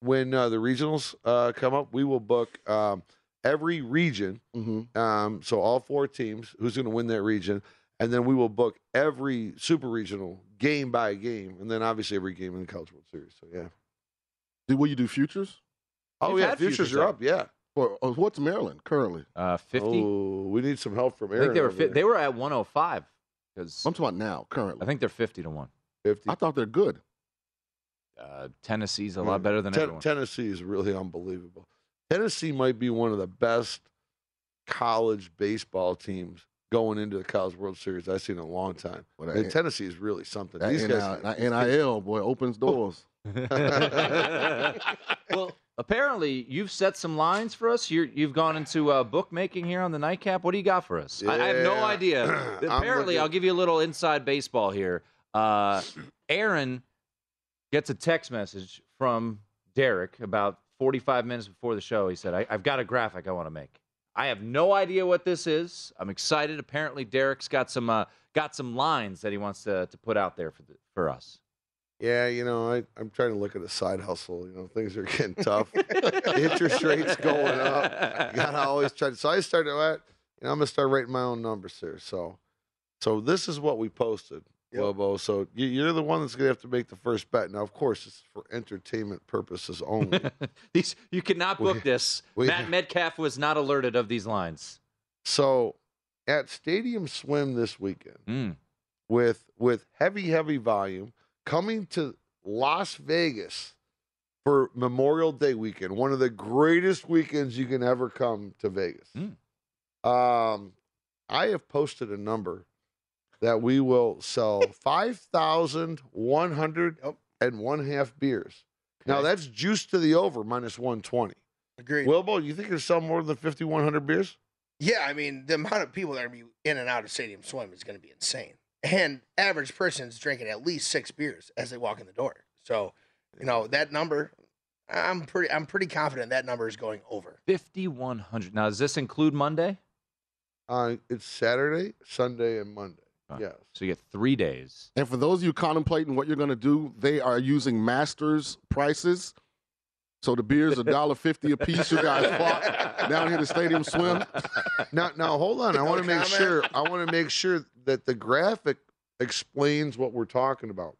Speaker 4: when uh, the regionals uh, come up. We will book um, every region,
Speaker 6: Mm-hmm.
Speaker 4: um, so all four teams, who's going to win that region, and then we will book every super regional game by game, and then obviously every game in the College World Series. So yeah.
Speaker 6: Do- will you do futures?
Speaker 4: Oh
Speaker 3: You've
Speaker 4: yeah,
Speaker 3: had
Speaker 4: futures,
Speaker 3: futures
Speaker 4: are
Speaker 3: up.
Speaker 4: up. Yeah.
Speaker 6: For uh, what's Maryland currently?
Speaker 3: Uh, fifty.
Speaker 4: Oh, we need some help from
Speaker 3: I
Speaker 4: Aaron.
Speaker 3: think they were
Speaker 4: over
Speaker 3: fi-
Speaker 4: there.
Speaker 3: they were at one hundred five because
Speaker 6: I'm talking about now,
Speaker 3: I
Speaker 6: currently.
Speaker 3: think they're fifty to one.
Speaker 4: fifty.
Speaker 6: I thought they're good.
Speaker 3: Uh, Tennessee's a
Speaker 6: Mm.
Speaker 3: lot better than
Speaker 4: Ten-
Speaker 3: everyone.
Speaker 4: Tennessee is really unbelievable. Tennessee might be one of the best college baseball teams going into the College World Series I've seen in a long time.
Speaker 6: Well, that-
Speaker 4: and Tennessee is really something.
Speaker 6: That
Speaker 4: These
Speaker 6: NIL,
Speaker 4: guys,
Speaker 6: that NIL, boy, opens doors.
Speaker 3: well, apparently you've set some lines for us. You're, you've gone into uh, bookmaking here on the nightcap. What do you got for us? I, I have no
Speaker 4: Yeah.
Speaker 3: idea.
Speaker 4: I'm
Speaker 3: apparently,
Speaker 4: looking-
Speaker 3: I'll give you a little inside baseball here. Uh, Aaron gets a text message from Derek about 45 minutes before the show. He said, I, "I've got a graphic I want to make. I have no idea what this is. I'm excited. Apparently, Derek's got some uh, got some lines that he wants to to put out there for the, for us."
Speaker 4: yeah, you know, I, I'm trying to look at a side hustle. You know, things are getting tough. Interest rates going up. You gotta always try. To, so I started. At, you know, I'm gonna start writing my own numbers here. So, so this is what we posted,
Speaker 5: Yep.
Speaker 4: Lobo. So you, you're the one that's gonna have to make the first bet. Now, of course, it's for entertainment purposes only.
Speaker 3: These you cannot book this.
Speaker 4: we-
Speaker 3: Matt Metcalf was not alerted of these lines.
Speaker 4: So at Stadium Swim this weekend
Speaker 3: Mm.
Speaker 4: with with heavy, heavy volume coming to Las Vegas for Memorial Day weekend, one of the greatest weekends you can ever come to Vegas.
Speaker 3: Mm.
Speaker 4: Um, I have posted a number that we will sell five thousand one hundred
Speaker 5: Yep.
Speaker 4: and one half beers. Now that's juice to the over minus one twenty.
Speaker 5: Agreed.
Speaker 4: Wilbo, you think you're selling more than fifty one hundred beers?
Speaker 5: yeah, I mean, the amount of people that are gonna be in and out of Stadium Swim is going to be insane. And average person's drinking at least six beers as they walk in the door. So, you know, that number, I'm pretty, I'm pretty confident that number is going over.
Speaker 3: Fifty one hundred. Now does this include Monday?
Speaker 4: Uh, it's Saturday, Sunday, and Monday. Yes.
Speaker 3: So you get three days.
Speaker 6: And for those of you contemplating what you're going to do, they are using masters prices. So the beers are dollar fifty a piece. You guys fought down here to Stadium Swim.
Speaker 4: Now, now hold on. I want to make sure. I want to make sure that the graphic explains what we're talking about.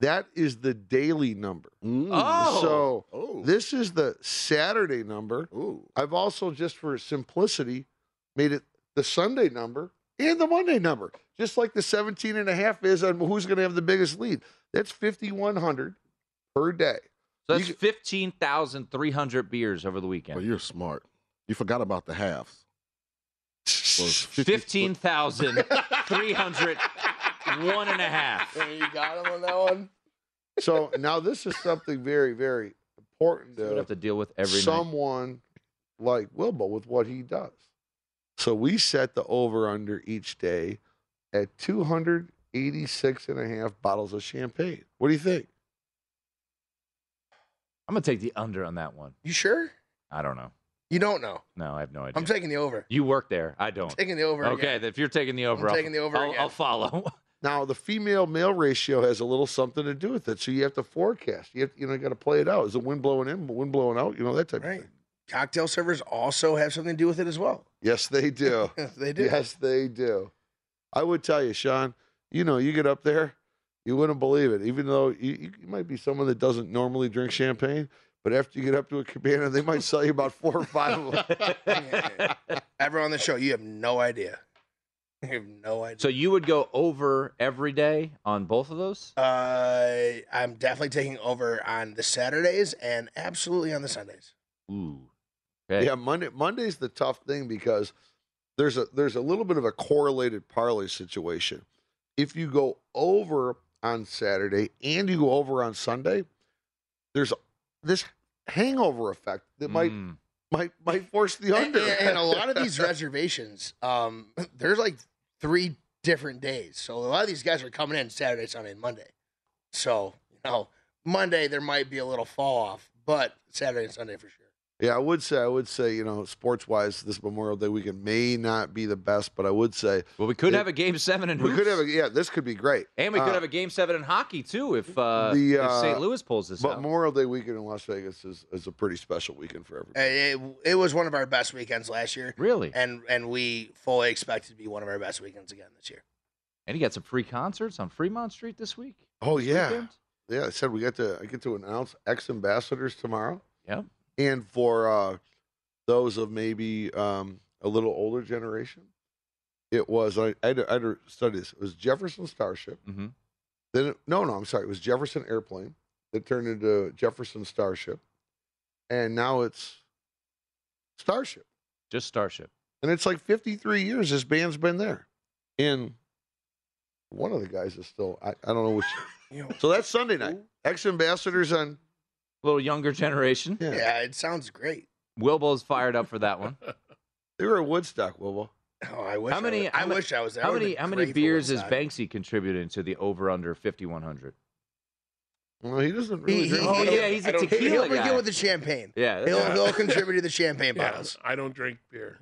Speaker 4: That is the daily number.
Speaker 6: Oh.
Speaker 4: So
Speaker 6: Oh.
Speaker 4: this is the Saturday number. I've also just for simplicity made it the Sunday number and the Monday number. Just like the 17 and a half is on who's going to have the biggest lead. That's 5100 per day.
Speaker 3: So that's fifteen thousand three hundred beers over the weekend.
Speaker 6: Well, you're smart. You forgot about the halves.
Speaker 3: Fifteen thousand three hundred one and a half.
Speaker 5: you got him on that one.
Speaker 4: So now this is something very, very important
Speaker 3: We would
Speaker 4: to
Speaker 3: have to deal with every night.
Speaker 4: someone like Wilbo with what he does. So we set the over under each day at 286 and a half bottles of champagne. What do you think?
Speaker 3: I'm gonna take the under on that one.
Speaker 5: You sure?
Speaker 3: I don't know.
Speaker 5: You don't know.
Speaker 3: No, I have no idea.
Speaker 5: I'm taking the over.
Speaker 3: You work there. I don't.
Speaker 5: Taking the over.
Speaker 3: Okay,
Speaker 5: again.
Speaker 3: if you're taking the over,
Speaker 5: I'm
Speaker 3: I'll-
Speaker 5: taking the over
Speaker 3: I'll,
Speaker 5: again.
Speaker 3: I'll follow.
Speaker 4: Now the female male ratio has a little something to do with it. So you have to forecast. You have, you know got to play it out. Is the wind blowing in? Wind blowing out? You know that type of
Speaker 5: Right.
Speaker 4: thing.
Speaker 5: Cocktail servers also have something to do with it as well.
Speaker 4: Yes, they do.
Speaker 5: They do.
Speaker 4: Yes, they do. I would tell you, Sean. You know, you get up there, you wouldn't believe it. Even though you, you you might be someone that doesn't normally drink champagne, but after you get up to a cabana, they might sell you about four or five of them.
Speaker 5: Everyone on the show, you have no idea. You have no idea.
Speaker 3: So you would go over every day on both of those?
Speaker 5: Uh, I'm definitely taking over on the Saturdays and absolutely on the Sundays.
Speaker 3: Ooh.
Speaker 4: Yeah, Monday Monday's the tough thing because there's a there's a little bit of a correlated parlay situation. If you go over on Saturday and you go over on Sunday, there's this hangover effect that might
Speaker 3: Hmm.
Speaker 4: might might force the
Speaker 5: And,
Speaker 4: under.
Speaker 5: and a lot of these reservations, um, there's like three different days. So a lot of these guys are coming in Saturday, Sunday, and Monday. So, you know, Monday there might be a little fall off, but Saturday and Sunday for sure.
Speaker 4: Yeah, I would say I would say you know sports wise this Memorial Day weekend may not be the best, but I would say
Speaker 3: well we could have a game seven and
Speaker 4: we could have a, yeah this could be great
Speaker 3: And we
Speaker 4: Uh,
Speaker 3: could have a game seven in hockey too if uh,
Speaker 4: the,
Speaker 3: if
Speaker 4: uh,
Speaker 3: St. Louis pulls this
Speaker 4: But
Speaker 3: out.
Speaker 4: Memorial Day weekend in Las Vegas is, is a pretty special weekend for everybody.
Speaker 5: Uh, It, it was one of our best weekends last year.
Speaker 3: Really?
Speaker 5: And and we fully expect it to be one of our best weekends again this year.
Speaker 3: And he got some free concerts on Fremont Street this week.
Speaker 4: Oh yeah,
Speaker 3: weekend?
Speaker 4: yeah. I said we get to I get to announce ex ambassadors tomorrow.
Speaker 3: Yep.
Speaker 4: And for uh, those of maybe um, a little older generation, it was I I had, to- I had to study this. It was Jefferson Starship.
Speaker 3: Mhm.
Speaker 4: Then it, no, no, I'm sorry. It was Jefferson Airplane that turned into Jefferson Starship, and now it's Starship.
Speaker 3: Just Starship.
Speaker 4: And it's like 53 years this band's been there. And one of the guys is still, I, I don't know which. So that's Sunday night. Ex ambassadors on.
Speaker 3: A little younger generation.
Speaker 4: Yeah.
Speaker 5: it sounds great.
Speaker 3: Wilbo's fired up for that one.
Speaker 4: they were at Woodstock, Wilbo.
Speaker 5: Oh, I wish.
Speaker 3: How many?
Speaker 5: I,
Speaker 3: how
Speaker 5: wa- I
Speaker 3: ma-
Speaker 5: wish I was there.
Speaker 3: How
Speaker 5: I would've
Speaker 3: many?
Speaker 5: been
Speaker 3: How many
Speaker 5: great for
Speaker 3: beers is
Speaker 5: Woodstock.
Speaker 3: Banksy contributing to the over under fifty one hundred?
Speaker 4: Well, he doesn't
Speaker 5: He- he-
Speaker 4: really drink.
Speaker 5: he'll-
Speaker 3: Oh, yeah, he's a
Speaker 5: I don't-
Speaker 3: tequila
Speaker 5: He'll be
Speaker 3: guy.
Speaker 5: good with the champagne.
Speaker 3: Yeah,
Speaker 5: he'll,
Speaker 3: yeah.
Speaker 5: he'll contribute to the champagne
Speaker 7: Yeah,
Speaker 5: bottles.
Speaker 7: I don't drink beer.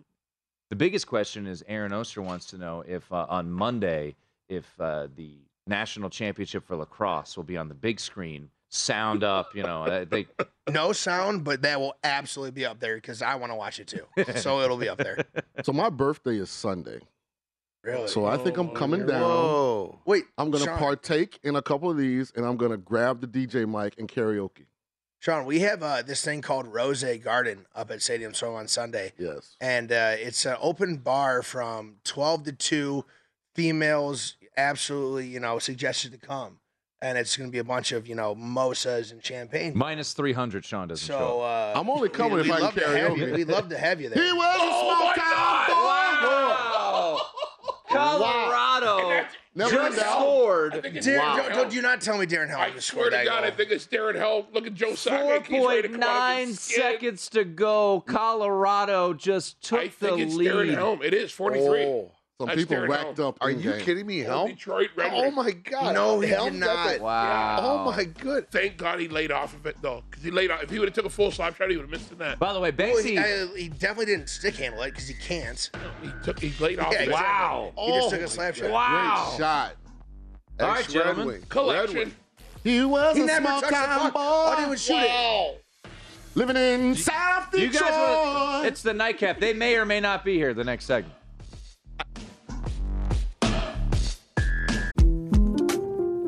Speaker 3: The biggest question is Aaron Oster wants to know if uh, on Monday, if uh, the national championship for lacrosse will be on the big screen, sound up. You know, I think
Speaker 5: No sound, but that will absolutely be up there because I want to watch it too. So it'll be up there.
Speaker 6: So my birthday is Sunday.
Speaker 5: Really?
Speaker 6: So I think I'm coming
Speaker 5: Oh,
Speaker 6: down.
Speaker 4: Whoa.
Speaker 5: Wait,
Speaker 6: I'm gonna
Speaker 5: Sean.
Speaker 6: partake in a couple of these, and I'm gonna grab the DJ mic and karaoke.
Speaker 5: Sean, we have uh, this thing called Rose Garden up at Stadium Swim on Sunday.
Speaker 6: Yes.
Speaker 5: and uh, it's an open bar from 12 to 2 females absolutely you know suggested to come and it's going to be a bunch of you know mosas and champagne
Speaker 3: minus three hundred. Sean doesn't
Speaker 5: so
Speaker 3: show. Up.
Speaker 5: uh,
Speaker 6: I'm only coming
Speaker 5: we-
Speaker 6: if
Speaker 5: we'd
Speaker 6: I can
Speaker 5: love to have
Speaker 6: karaoke.
Speaker 5: you. we'd love to have you there Oh
Speaker 6: He was
Speaker 7: Oh
Speaker 6: a smoke town boy.
Speaker 3: Colorado
Speaker 6: Never in
Speaker 3: just
Speaker 6: doubt.
Speaker 3: scored
Speaker 7: Think it's
Speaker 5: Darren,
Speaker 7: Darren
Speaker 5: don't,
Speaker 7: Helm.
Speaker 5: don't- do not tell me Darren Howell
Speaker 7: I
Speaker 5: just
Speaker 7: swear
Speaker 5: scored
Speaker 7: to
Speaker 5: that
Speaker 7: God, I
Speaker 5: goal.
Speaker 7: think it's Darren Hell. Look at Joe
Speaker 3: Four
Speaker 7: Sakic. He's ready to
Speaker 3: point
Speaker 7: come out of
Speaker 3: nine
Speaker 7: his skin.
Speaker 3: seconds to go. Colorado just took
Speaker 7: I think
Speaker 3: the
Speaker 7: it's
Speaker 3: lead.
Speaker 7: Darren Helm. It is 43.
Speaker 4: Oh.
Speaker 6: Some
Speaker 7: I
Speaker 6: people
Speaker 7: stared
Speaker 6: racked
Speaker 7: at
Speaker 6: up.
Speaker 4: Are you kidding me, Helm?
Speaker 7: Detroit Red
Speaker 4: Oh
Speaker 7: Wings.
Speaker 4: my God! Helm doesn't- Oh my
Speaker 7: good. Thank God he laid off of it though, because he laid off. If he would have took a full slap shot, he would have missed in that.
Speaker 3: By the way,
Speaker 5: Well, he, I- he definitely didn't stick handle it because he can't.
Speaker 7: He took. He laid off.
Speaker 5: Yeah,
Speaker 7: of it.
Speaker 5: wow. He just took a slap shot.
Speaker 7: Wow.
Speaker 6: Great shot.
Speaker 7: All right,
Speaker 6: Ex-Red
Speaker 7: gentlemen.
Speaker 6: Wing.
Speaker 7: Collection.
Speaker 6: Red Wing. He was
Speaker 7: He
Speaker 6: a
Speaker 7: never
Speaker 6: small
Speaker 7: touched the
Speaker 6: time
Speaker 7: puck.
Speaker 6: boy.
Speaker 7: All they would shoot it. Wow.
Speaker 6: Living in South
Speaker 3: You
Speaker 6: Detroit.
Speaker 3: guys, wanna- it's the nightcap. They may or may not be here the next segment.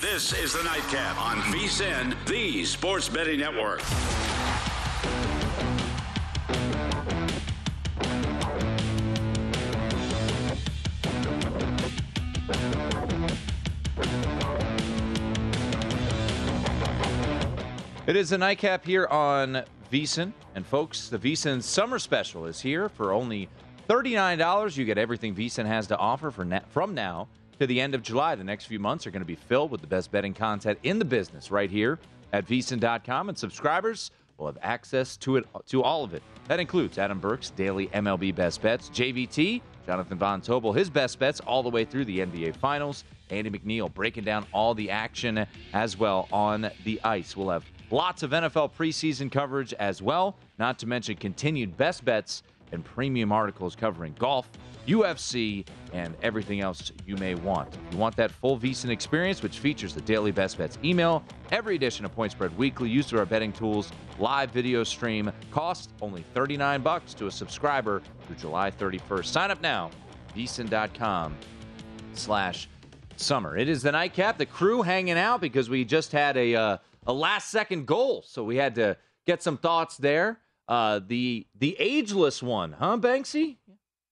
Speaker 2: This is the Nightcap on VSIN, the Sports Betting Network.
Speaker 3: It is the nightcap here on Veasan, and folks, the Veasan Summer Special is here for only thirty-nine dollars. You get everything Veasan has to offer for na- from now to the end of July. The next few months are going to be filled with the best betting content in the business, right here at Veasan.com, and subscribers will have access to it to all of it. That includes Adam Burke's daily MLB best bets, JVT, Jonathan Von Tobel, his best bets all the way through the NBA Finals. Andy McNeil breaking down all the action as well on the ice. We'll have lots of NFL preseason coverage as well, not to mention continued best bets and premium articles covering golf, UFC, and everything else you may want. If you want that full VEASAN experience, which features the daily best bets email, every edition of Point Spread Weekly, use of our betting tools, live video stream, cost only 39 bucks to a subscriber through July 31st. Sign up now, VEASAN.com slash summer. It is the nightcap, the crew hanging out because we just had a, uh, a last second goal, so we had to get some thoughts there. Uh, the the ageless one, huh, Banksy?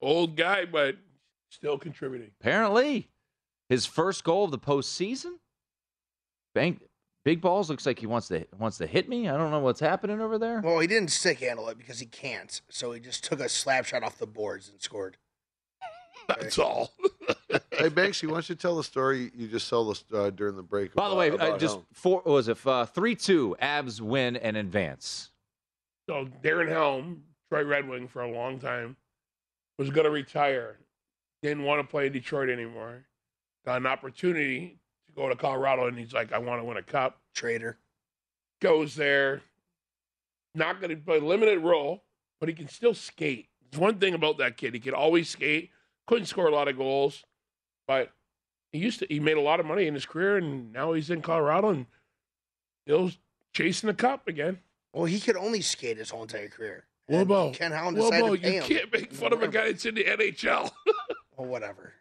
Speaker 7: Old guy, but still contributing.
Speaker 3: Apparently, his first goal of the postseason. Bank big balls looks like he wants to wants to hit me. I don't know what's happening over there.
Speaker 5: Well, he didn't stick handle it because he can't. So he just took a slap shot off the boards and scored.
Speaker 7: That's all.
Speaker 4: hey Banksy, why don't you tell the story you just told us uh, during the break?
Speaker 3: By the
Speaker 4: about-
Speaker 3: way, uh,
Speaker 4: about
Speaker 3: just
Speaker 4: Helm?
Speaker 3: four what was it uh, three two abs win and advance.
Speaker 7: So Darren Helm, Detroit Red Wing for a long time, was going to retire. Didn't want to play in Detroit anymore. Got an opportunity to go to Colorado, and he's like, I want to win a cup.
Speaker 5: Traitor.
Speaker 7: Goes there. Not going to play limited role, but he can still skate. There's one thing about that kid. He could always skate. Couldn't score a lot of goals, but he used to. He made a lot of money in his career, and now he's in Colorado and still chasing the cup again.
Speaker 5: Well, he could only skate his whole entire career.
Speaker 7: What about
Speaker 5: Ken Howland
Speaker 7: Well,
Speaker 5: decided
Speaker 7: Bo,
Speaker 5: to pay
Speaker 7: you
Speaker 5: him.
Speaker 7: can't make fun of a guy that's in the NHL.
Speaker 5: Well, whatever.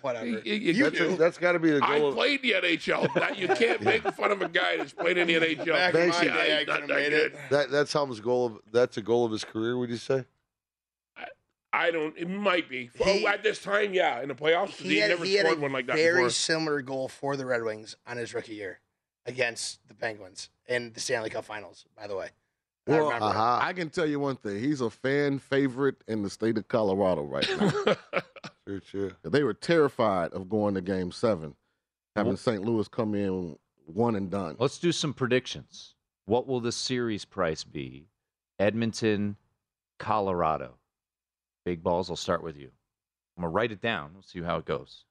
Speaker 5: whatever.
Speaker 7: You
Speaker 4: That's-
Speaker 7: do.
Speaker 4: that's got to be the
Speaker 7: I
Speaker 4: goal. of-
Speaker 7: played the NHL. Now, you can't make fun of a guy that's played in the NHL.
Speaker 5: Back in my
Speaker 7: Yeah,
Speaker 5: day, I
Speaker 7: he's not
Speaker 5: could've
Speaker 7: that
Speaker 5: made
Speaker 7: good.
Speaker 4: that that's Helm's goal of that's a goal of his career. Would you say?
Speaker 7: I don't. It might be Oh, at this time. Yeah, in the playoffs, he,
Speaker 5: He had,
Speaker 7: never
Speaker 5: he had
Speaker 7: scored
Speaker 5: a
Speaker 7: one like that
Speaker 5: very
Speaker 7: before.
Speaker 5: similar goal for the Red Wings on his rookie year against the Penguins in the Stanley Cup Finals. By the way, I
Speaker 6: Well, uh, uh-huh.
Speaker 5: remember.
Speaker 6: I can tell you one thing. He's a fan favorite in the state of Colorado right now.
Speaker 4: true, true.
Speaker 6: They were terrified of going to game seven, having St. Louis come in one and done.
Speaker 3: Let's do some predictions. What will the series price be? Edmonton, Colorado. Big balls, I'll start with you. I'm going to write it down. We'll see how it goes.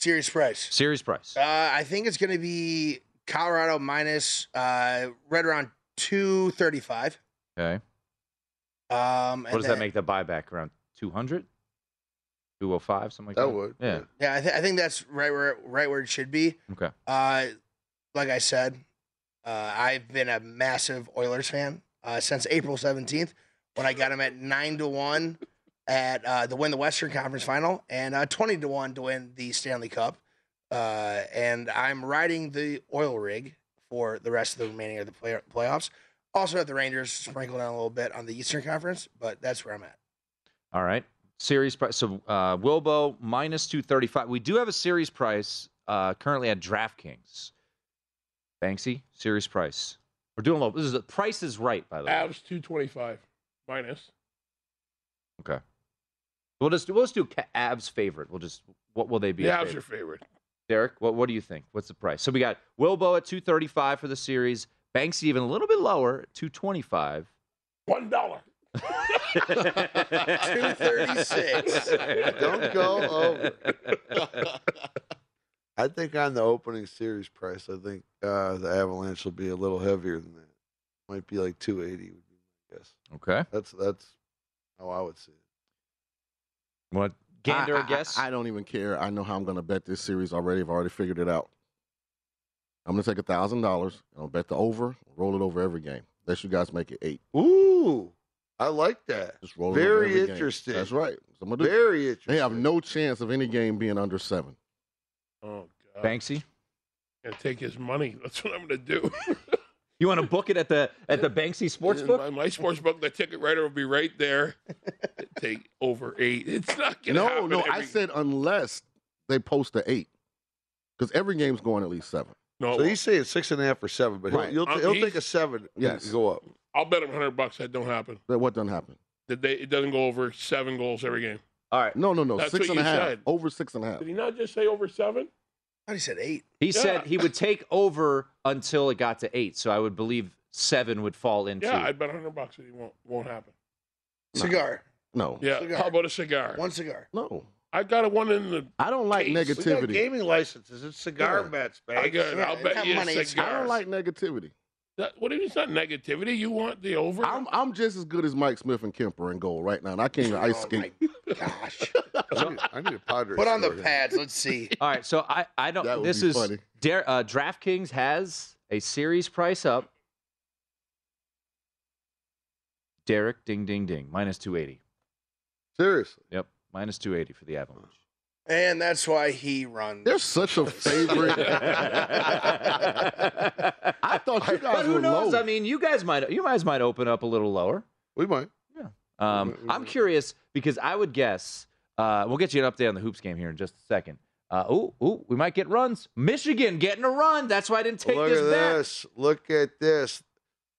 Speaker 5: Serious price.
Speaker 3: Series price.
Speaker 5: Uh, I think it's going to be Colorado minus uh, right around two thirty-five.
Speaker 3: Okay.
Speaker 5: Um,
Speaker 3: What does that make the buyback? Around 200? 205, something like that?
Speaker 5: That would,
Speaker 3: Yeah.
Speaker 5: Yeah, I, th- I think that's right where right where it should be.
Speaker 3: Okay.
Speaker 5: Uh, like I said, uh, I've been a massive Oilers fan uh, since April 17th when I got them at 9 to 1 at uh, to win the Western Conference final and uh, 20 to 1 to win the Stanley Cup. Uh, and I'm riding the oil rig for the rest of the remaining of the play- playoffs. Also, at the Rangers, sprinkled down a little bit on the Eastern Conference, but that's where I'm at.
Speaker 3: All right. Series price. So uh, Wilbo minus 235. We do have a series price uh, currently at DraftKings. Banksy, series price. We're doing low. This is the price is right, by the way.
Speaker 7: Avs two twenty-five minus.
Speaker 3: Okay. We'll just we'll just do Ca- Avs favorite. We'll just what will they be?
Speaker 7: The
Speaker 3: at
Speaker 7: Avs are favorite.
Speaker 3: Derek, what what do you think? What's the price? So we got Wilbo at two thirty five for the series. Banksy even a little bit lower, two twenty five.
Speaker 7: One dollar.
Speaker 3: two thirty
Speaker 4: 236. Don't go over. I think on the opening series price, I think uh, the Avalanche will be a little heavier than that. Might be like 280 would be my guess.
Speaker 3: Okay.
Speaker 4: That's that's how I would see it.
Speaker 3: What? Gander
Speaker 6: I,
Speaker 3: a guess?
Speaker 6: I, I don't even care. I know how I'm going to bet this series already. I've already figured it out. I'm going to take a thousand dollars and I'll bet the over. Roll it over every game. Unless you guys make it eight.
Speaker 4: Ooh, I like that.
Speaker 6: Just roll it over
Speaker 4: Very
Speaker 6: every game.
Speaker 4: interesting.
Speaker 6: That's right. So I'm gonna do-
Speaker 4: Very interesting.
Speaker 6: They have no chance of any game being under seven.
Speaker 7: Oh God.
Speaker 3: Banksy,
Speaker 7: Gonna take his money. That's what I'm gonna do.
Speaker 3: you want to book it at the at the Banksy sports book?
Speaker 7: My, my sports book, the ticket writer will be right there. Take over eight. It's not gonna
Speaker 6: No,
Speaker 7: happen.
Speaker 6: no. I
Speaker 7: every-
Speaker 6: said unless they post the eight, because every game's going at least seven.
Speaker 7: No,
Speaker 4: so he's saying six and a half or seven, but he'll,
Speaker 7: Right.
Speaker 4: you'll
Speaker 7: Um,
Speaker 4: he'll
Speaker 7: he's-
Speaker 4: take a seven.
Speaker 7: Yes.
Speaker 4: and go up.
Speaker 7: I'll bet him hundred bucks that don't happen.
Speaker 6: That what done happen?
Speaker 7: That they it doesn't go over seven goals every game.
Speaker 4: All right.
Speaker 6: No, no, no.
Speaker 7: That's
Speaker 6: six
Speaker 7: what
Speaker 6: and a
Speaker 7: you
Speaker 6: half.
Speaker 7: said.
Speaker 6: Over six and a half.
Speaker 7: Did he not just say over seven?
Speaker 5: I he said eight.
Speaker 3: He said he would take over until it got to eight, so I would believe seven would fall into.
Speaker 7: Yeah, I'd bet hundred bucks that he won't won't happen.
Speaker 5: Cigar.
Speaker 6: No.
Speaker 7: Yeah,
Speaker 5: Cigar.
Speaker 7: how about a cigar?
Speaker 5: One cigar.
Speaker 6: No.
Speaker 7: I got a one in the.
Speaker 6: I don't like
Speaker 7: case.
Speaker 6: negativity.
Speaker 4: licenses. It's
Speaker 7: cigar Yeah. bets, man. I got it. I'll bet you a cigar.
Speaker 6: I don't like negativity.
Speaker 7: That, what do you mean? It's not negativity. You want the over?
Speaker 6: I'm I'm just as good as Mike Smith and Kemper in goal right now, and I can't even ice skate.
Speaker 4: I need, I need a Padres.
Speaker 5: Put on the
Speaker 4: story.
Speaker 5: pads. Let's see.
Speaker 3: All right, so I I don't.
Speaker 6: That would
Speaker 3: this
Speaker 6: be
Speaker 3: is
Speaker 6: funny.
Speaker 3: Dare, uh, DraftKings has a series price up. Derek, ding, ding, ding, minus two eighty.
Speaker 4: Seriously?
Speaker 3: Yep, minus two eighty for the Avalanche.
Speaker 5: And that's why he runs.
Speaker 6: They're such a favorite. I thought you guys
Speaker 3: but who
Speaker 6: were
Speaker 3: knows?
Speaker 6: low.
Speaker 3: I mean, you guys might you guys might open up a little lower.
Speaker 4: We might.
Speaker 3: Yeah. Um, I'm curious because I would guess uh, we'll get you an update on the hoops game here in just a second. Uh, ooh, ooh, we might get runs. Michigan getting a run. That's why I didn't take
Speaker 4: Look
Speaker 3: this
Speaker 4: at
Speaker 3: bet.
Speaker 4: this. Look at this.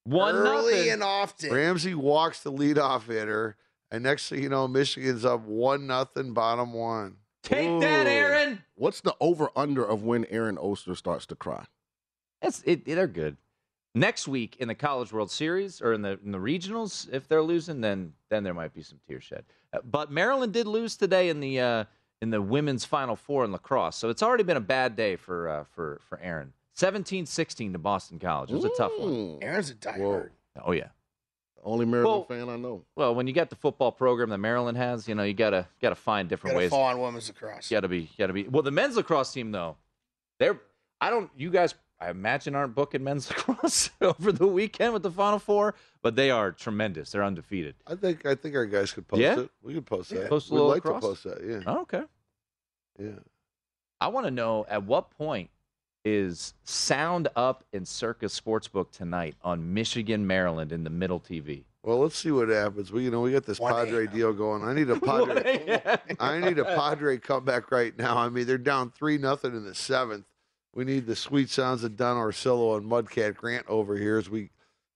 Speaker 3: One
Speaker 5: Early
Speaker 3: nothing.
Speaker 5: and often.
Speaker 4: Ramsey walks the leadoff hitter, and next thing you know, Michigan's up one nothing, bottom one.
Speaker 3: Take that, Aaron.
Speaker 6: What's the over under of when Aaron Oster starts to cry?
Speaker 3: That's it, they're good. Next week in the College World Series or in the in the regionals, if they're losing, then then there might be some tear shed. Uh, But Maryland did lose today in the uh, in the women's Final Four in lacrosse, so it's already been a bad day for uh, for for Aaron. 17-16 to Boston College. It was a tough one.
Speaker 5: Aaron's a diehard.
Speaker 3: Oh yeah.
Speaker 6: Only Maryland fan I know.
Speaker 3: Well, when you got the football program that Maryland has, you know you gotta gotta find different
Speaker 5: Gotta
Speaker 3: ways.
Speaker 5: fall on women's lacrosse.
Speaker 3: Got to be, got to be. Well, the men's lacrosse team though, they're. I don't. You guys, I imagine, aren't booking men's lacrosse over the weekend with the Final Four, but they are tremendous. They're undefeted.
Speaker 4: I think I think our guys could post
Speaker 3: Yeah?
Speaker 4: it. We could post that.
Speaker 3: Post a
Speaker 4: We'd
Speaker 3: little
Speaker 4: like
Speaker 3: across?
Speaker 4: to post that. Yeah.
Speaker 3: Oh, okay.
Speaker 4: Yeah.
Speaker 3: I want to know at what point is Sound Up and Circus Sportsbook tonight on Michigan, Maryland in the middle TV.
Speaker 4: Well, let's see what happens. We you know we got this Padre deal going. I need a
Speaker 3: What
Speaker 4: Padre.
Speaker 3: a-
Speaker 4: I need a Padre comeback right now. I mean, they're down three nothing in the seventh. We need the sweet sounds of Don Orsillo and Mudcat Grant over here as we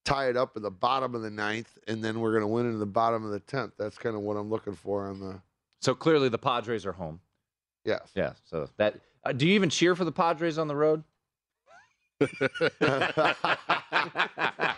Speaker 4: tie it up in the bottom of the ninth, and then we're going to win in the bottom of the tenth. That's kind of what I'm looking for on the.
Speaker 3: So clearly the Padres are home.
Speaker 4: Yes.
Speaker 3: Yeah. So that. Uh, do you even cheer for the Padres on the road?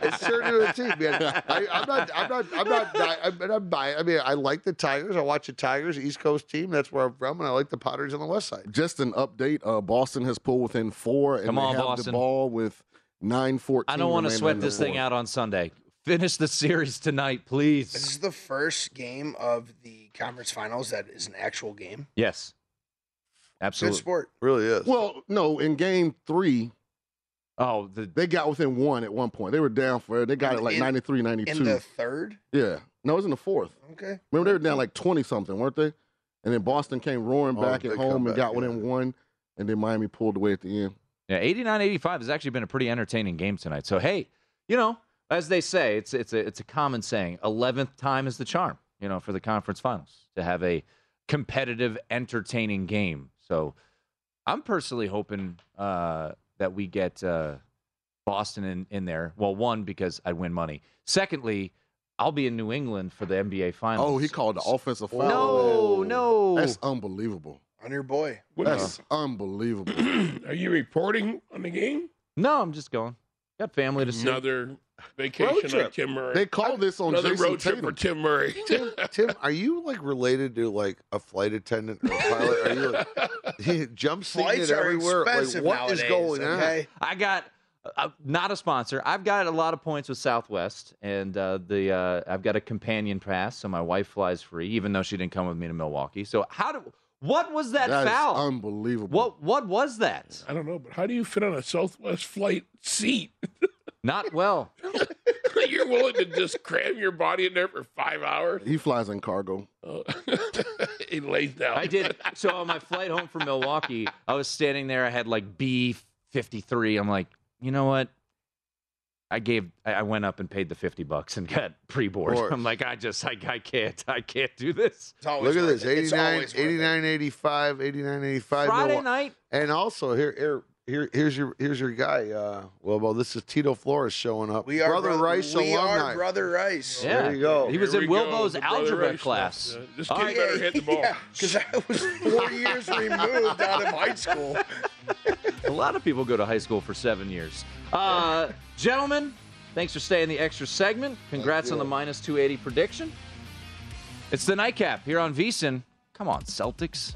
Speaker 4: It's sure to a team, man. I, I'm not. I'm not. I'm not. di- I'm, I'm bi- I mean, I like the Tigers. I watch the Tigers, East Coast team. That's where I'm from, and I like the Potters on the West Side.
Speaker 6: Just an update. Uh, Boston has pulled within four, and
Speaker 3: Come
Speaker 6: they
Speaker 3: on,
Speaker 6: have
Speaker 3: Boston.
Speaker 6: the ball with nine fourteen.
Speaker 3: I don't want to sweat this thing out on Sunday. Finish the series tonight,
Speaker 5: This
Speaker 3: please.
Speaker 5: is the first game of the conference finals that is an actual game.
Speaker 3: Yes. Absolutely.
Speaker 5: Good sport.
Speaker 4: Really is.
Speaker 6: Well, no. In game three,
Speaker 3: oh, the,
Speaker 6: they got within one at one point. They were down for. They got it like
Speaker 5: In-
Speaker 6: 93, 92.
Speaker 5: In the third?
Speaker 6: yeah. No, it was in the fourth.
Speaker 5: Okay.
Speaker 6: Remember, they were down like 20 something, weren't they? And then Boston came roaring
Speaker 4: Oh,
Speaker 6: back at
Speaker 4: big
Speaker 6: home and
Speaker 4: comeback,
Speaker 6: got
Speaker 4: yeah.
Speaker 6: within one. And then Miami pulled away at the end.
Speaker 3: Yeah, 89 85 has actually been a pretty entertaining game tonight. So, hey, you know, as they say, it's it's a, it's a common saying 11th time is the charm, you know, for the conference finals to have a competitive, entertaining game. So, I'm personally hoping uh, that we get uh, Boston in, in there. Well, one, because I'd win money. Secondly, I'll be in New England for the NBA finals.
Speaker 6: Oh, he called the offensive foul.
Speaker 3: No, no.
Speaker 6: That's unbelievable.
Speaker 5: On your boy.
Speaker 7: What
Speaker 6: That's unbelievable.
Speaker 7: Are you reporting on the game?
Speaker 3: No, I'm just going. Got family to see.
Speaker 7: Another vacation on
Speaker 4: trip.
Speaker 7: Tim Murray.
Speaker 6: They called this on
Speaker 7: Another
Speaker 6: Jason
Speaker 7: road trip for
Speaker 6: Tatum.
Speaker 7: Tim Murray.
Speaker 4: Tim, Tim, are you like related to like a flight attendant or a pilot? Are you like he jump seated
Speaker 5: Flights are
Speaker 4: everywhere? Like
Speaker 5: expensive
Speaker 4: what is
Speaker 5: nowadays,
Speaker 4: going
Speaker 5: okay?
Speaker 3: I got uh, not a sponsor. I've got a lot of points with Southwest, and uh, the uh, I've got a companion pass, so my wife flies free, even though she didn't come with me to Milwaukee. So how do? What was that
Speaker 6: That is
Speaker 3: foul?
Speaker 6: unbelievable.
Speaker 3: what what was that?
Speaker 7: I don't know, but how do you fit on a Southwest flight seat?
Speaker 3: Not well.
Speaker 7: You're willing to just cram your body in there for five hours?
Speaker 6: He flies in cargo.
Speaker 7: Oh. he lays down.
Speaker 3: I did. So on my flight home from Milwaukee, I was standing there. I had like B fifty three. I'm like, you know what? I gave. I I went up and paid the fifty bucks and got pre board.
Speaker 4: course.
Speaker 3: I'm like, I just, I, I can't, I can't do this.
Speaker 5: It's always
Speaker 4: Look at
Speaker 5: worth
Speaker 4: this
Speaker 5: it. It's
Speaker 4: 89,
Speaker 5: always worth it.
Speaker 4: 89, 85, 89, 85.
Speaker 3: Friday
Speaker 4: Milwaukee.
Speaker 3: night,
Speaker 4: And also here, here here, here's your here's your guy. Uh, well, well, this is Tito Flores showing up.
Speaker 5: We are
Speaker 4: brother
Speaker 5: brother-
Speaker 4: Rice
Speaker 5: we are
Speaker 4: alumni.
Speaker 5: Brother Rice.
Speaker 4: Yeah. There you go. He was
Speaker 3: in Wilbo's
Speaker 4: Wilbo's
Speaker 3: algebra class. Oh,
Speaker 7: This
Speaker 3: All
Speaker 7: kid
Speaker 3: right.
Speaker 7: better hit the ball.
Speaker 5: Because I was four years removed out of high school.
Speaker 3: A lot of people go to high school for seven years. Uh, gentlemen, thanks for staying the extra segment. Congrats on the minus 280 prediction. It's the nightcap here on VEASAN. Come on, Celtics.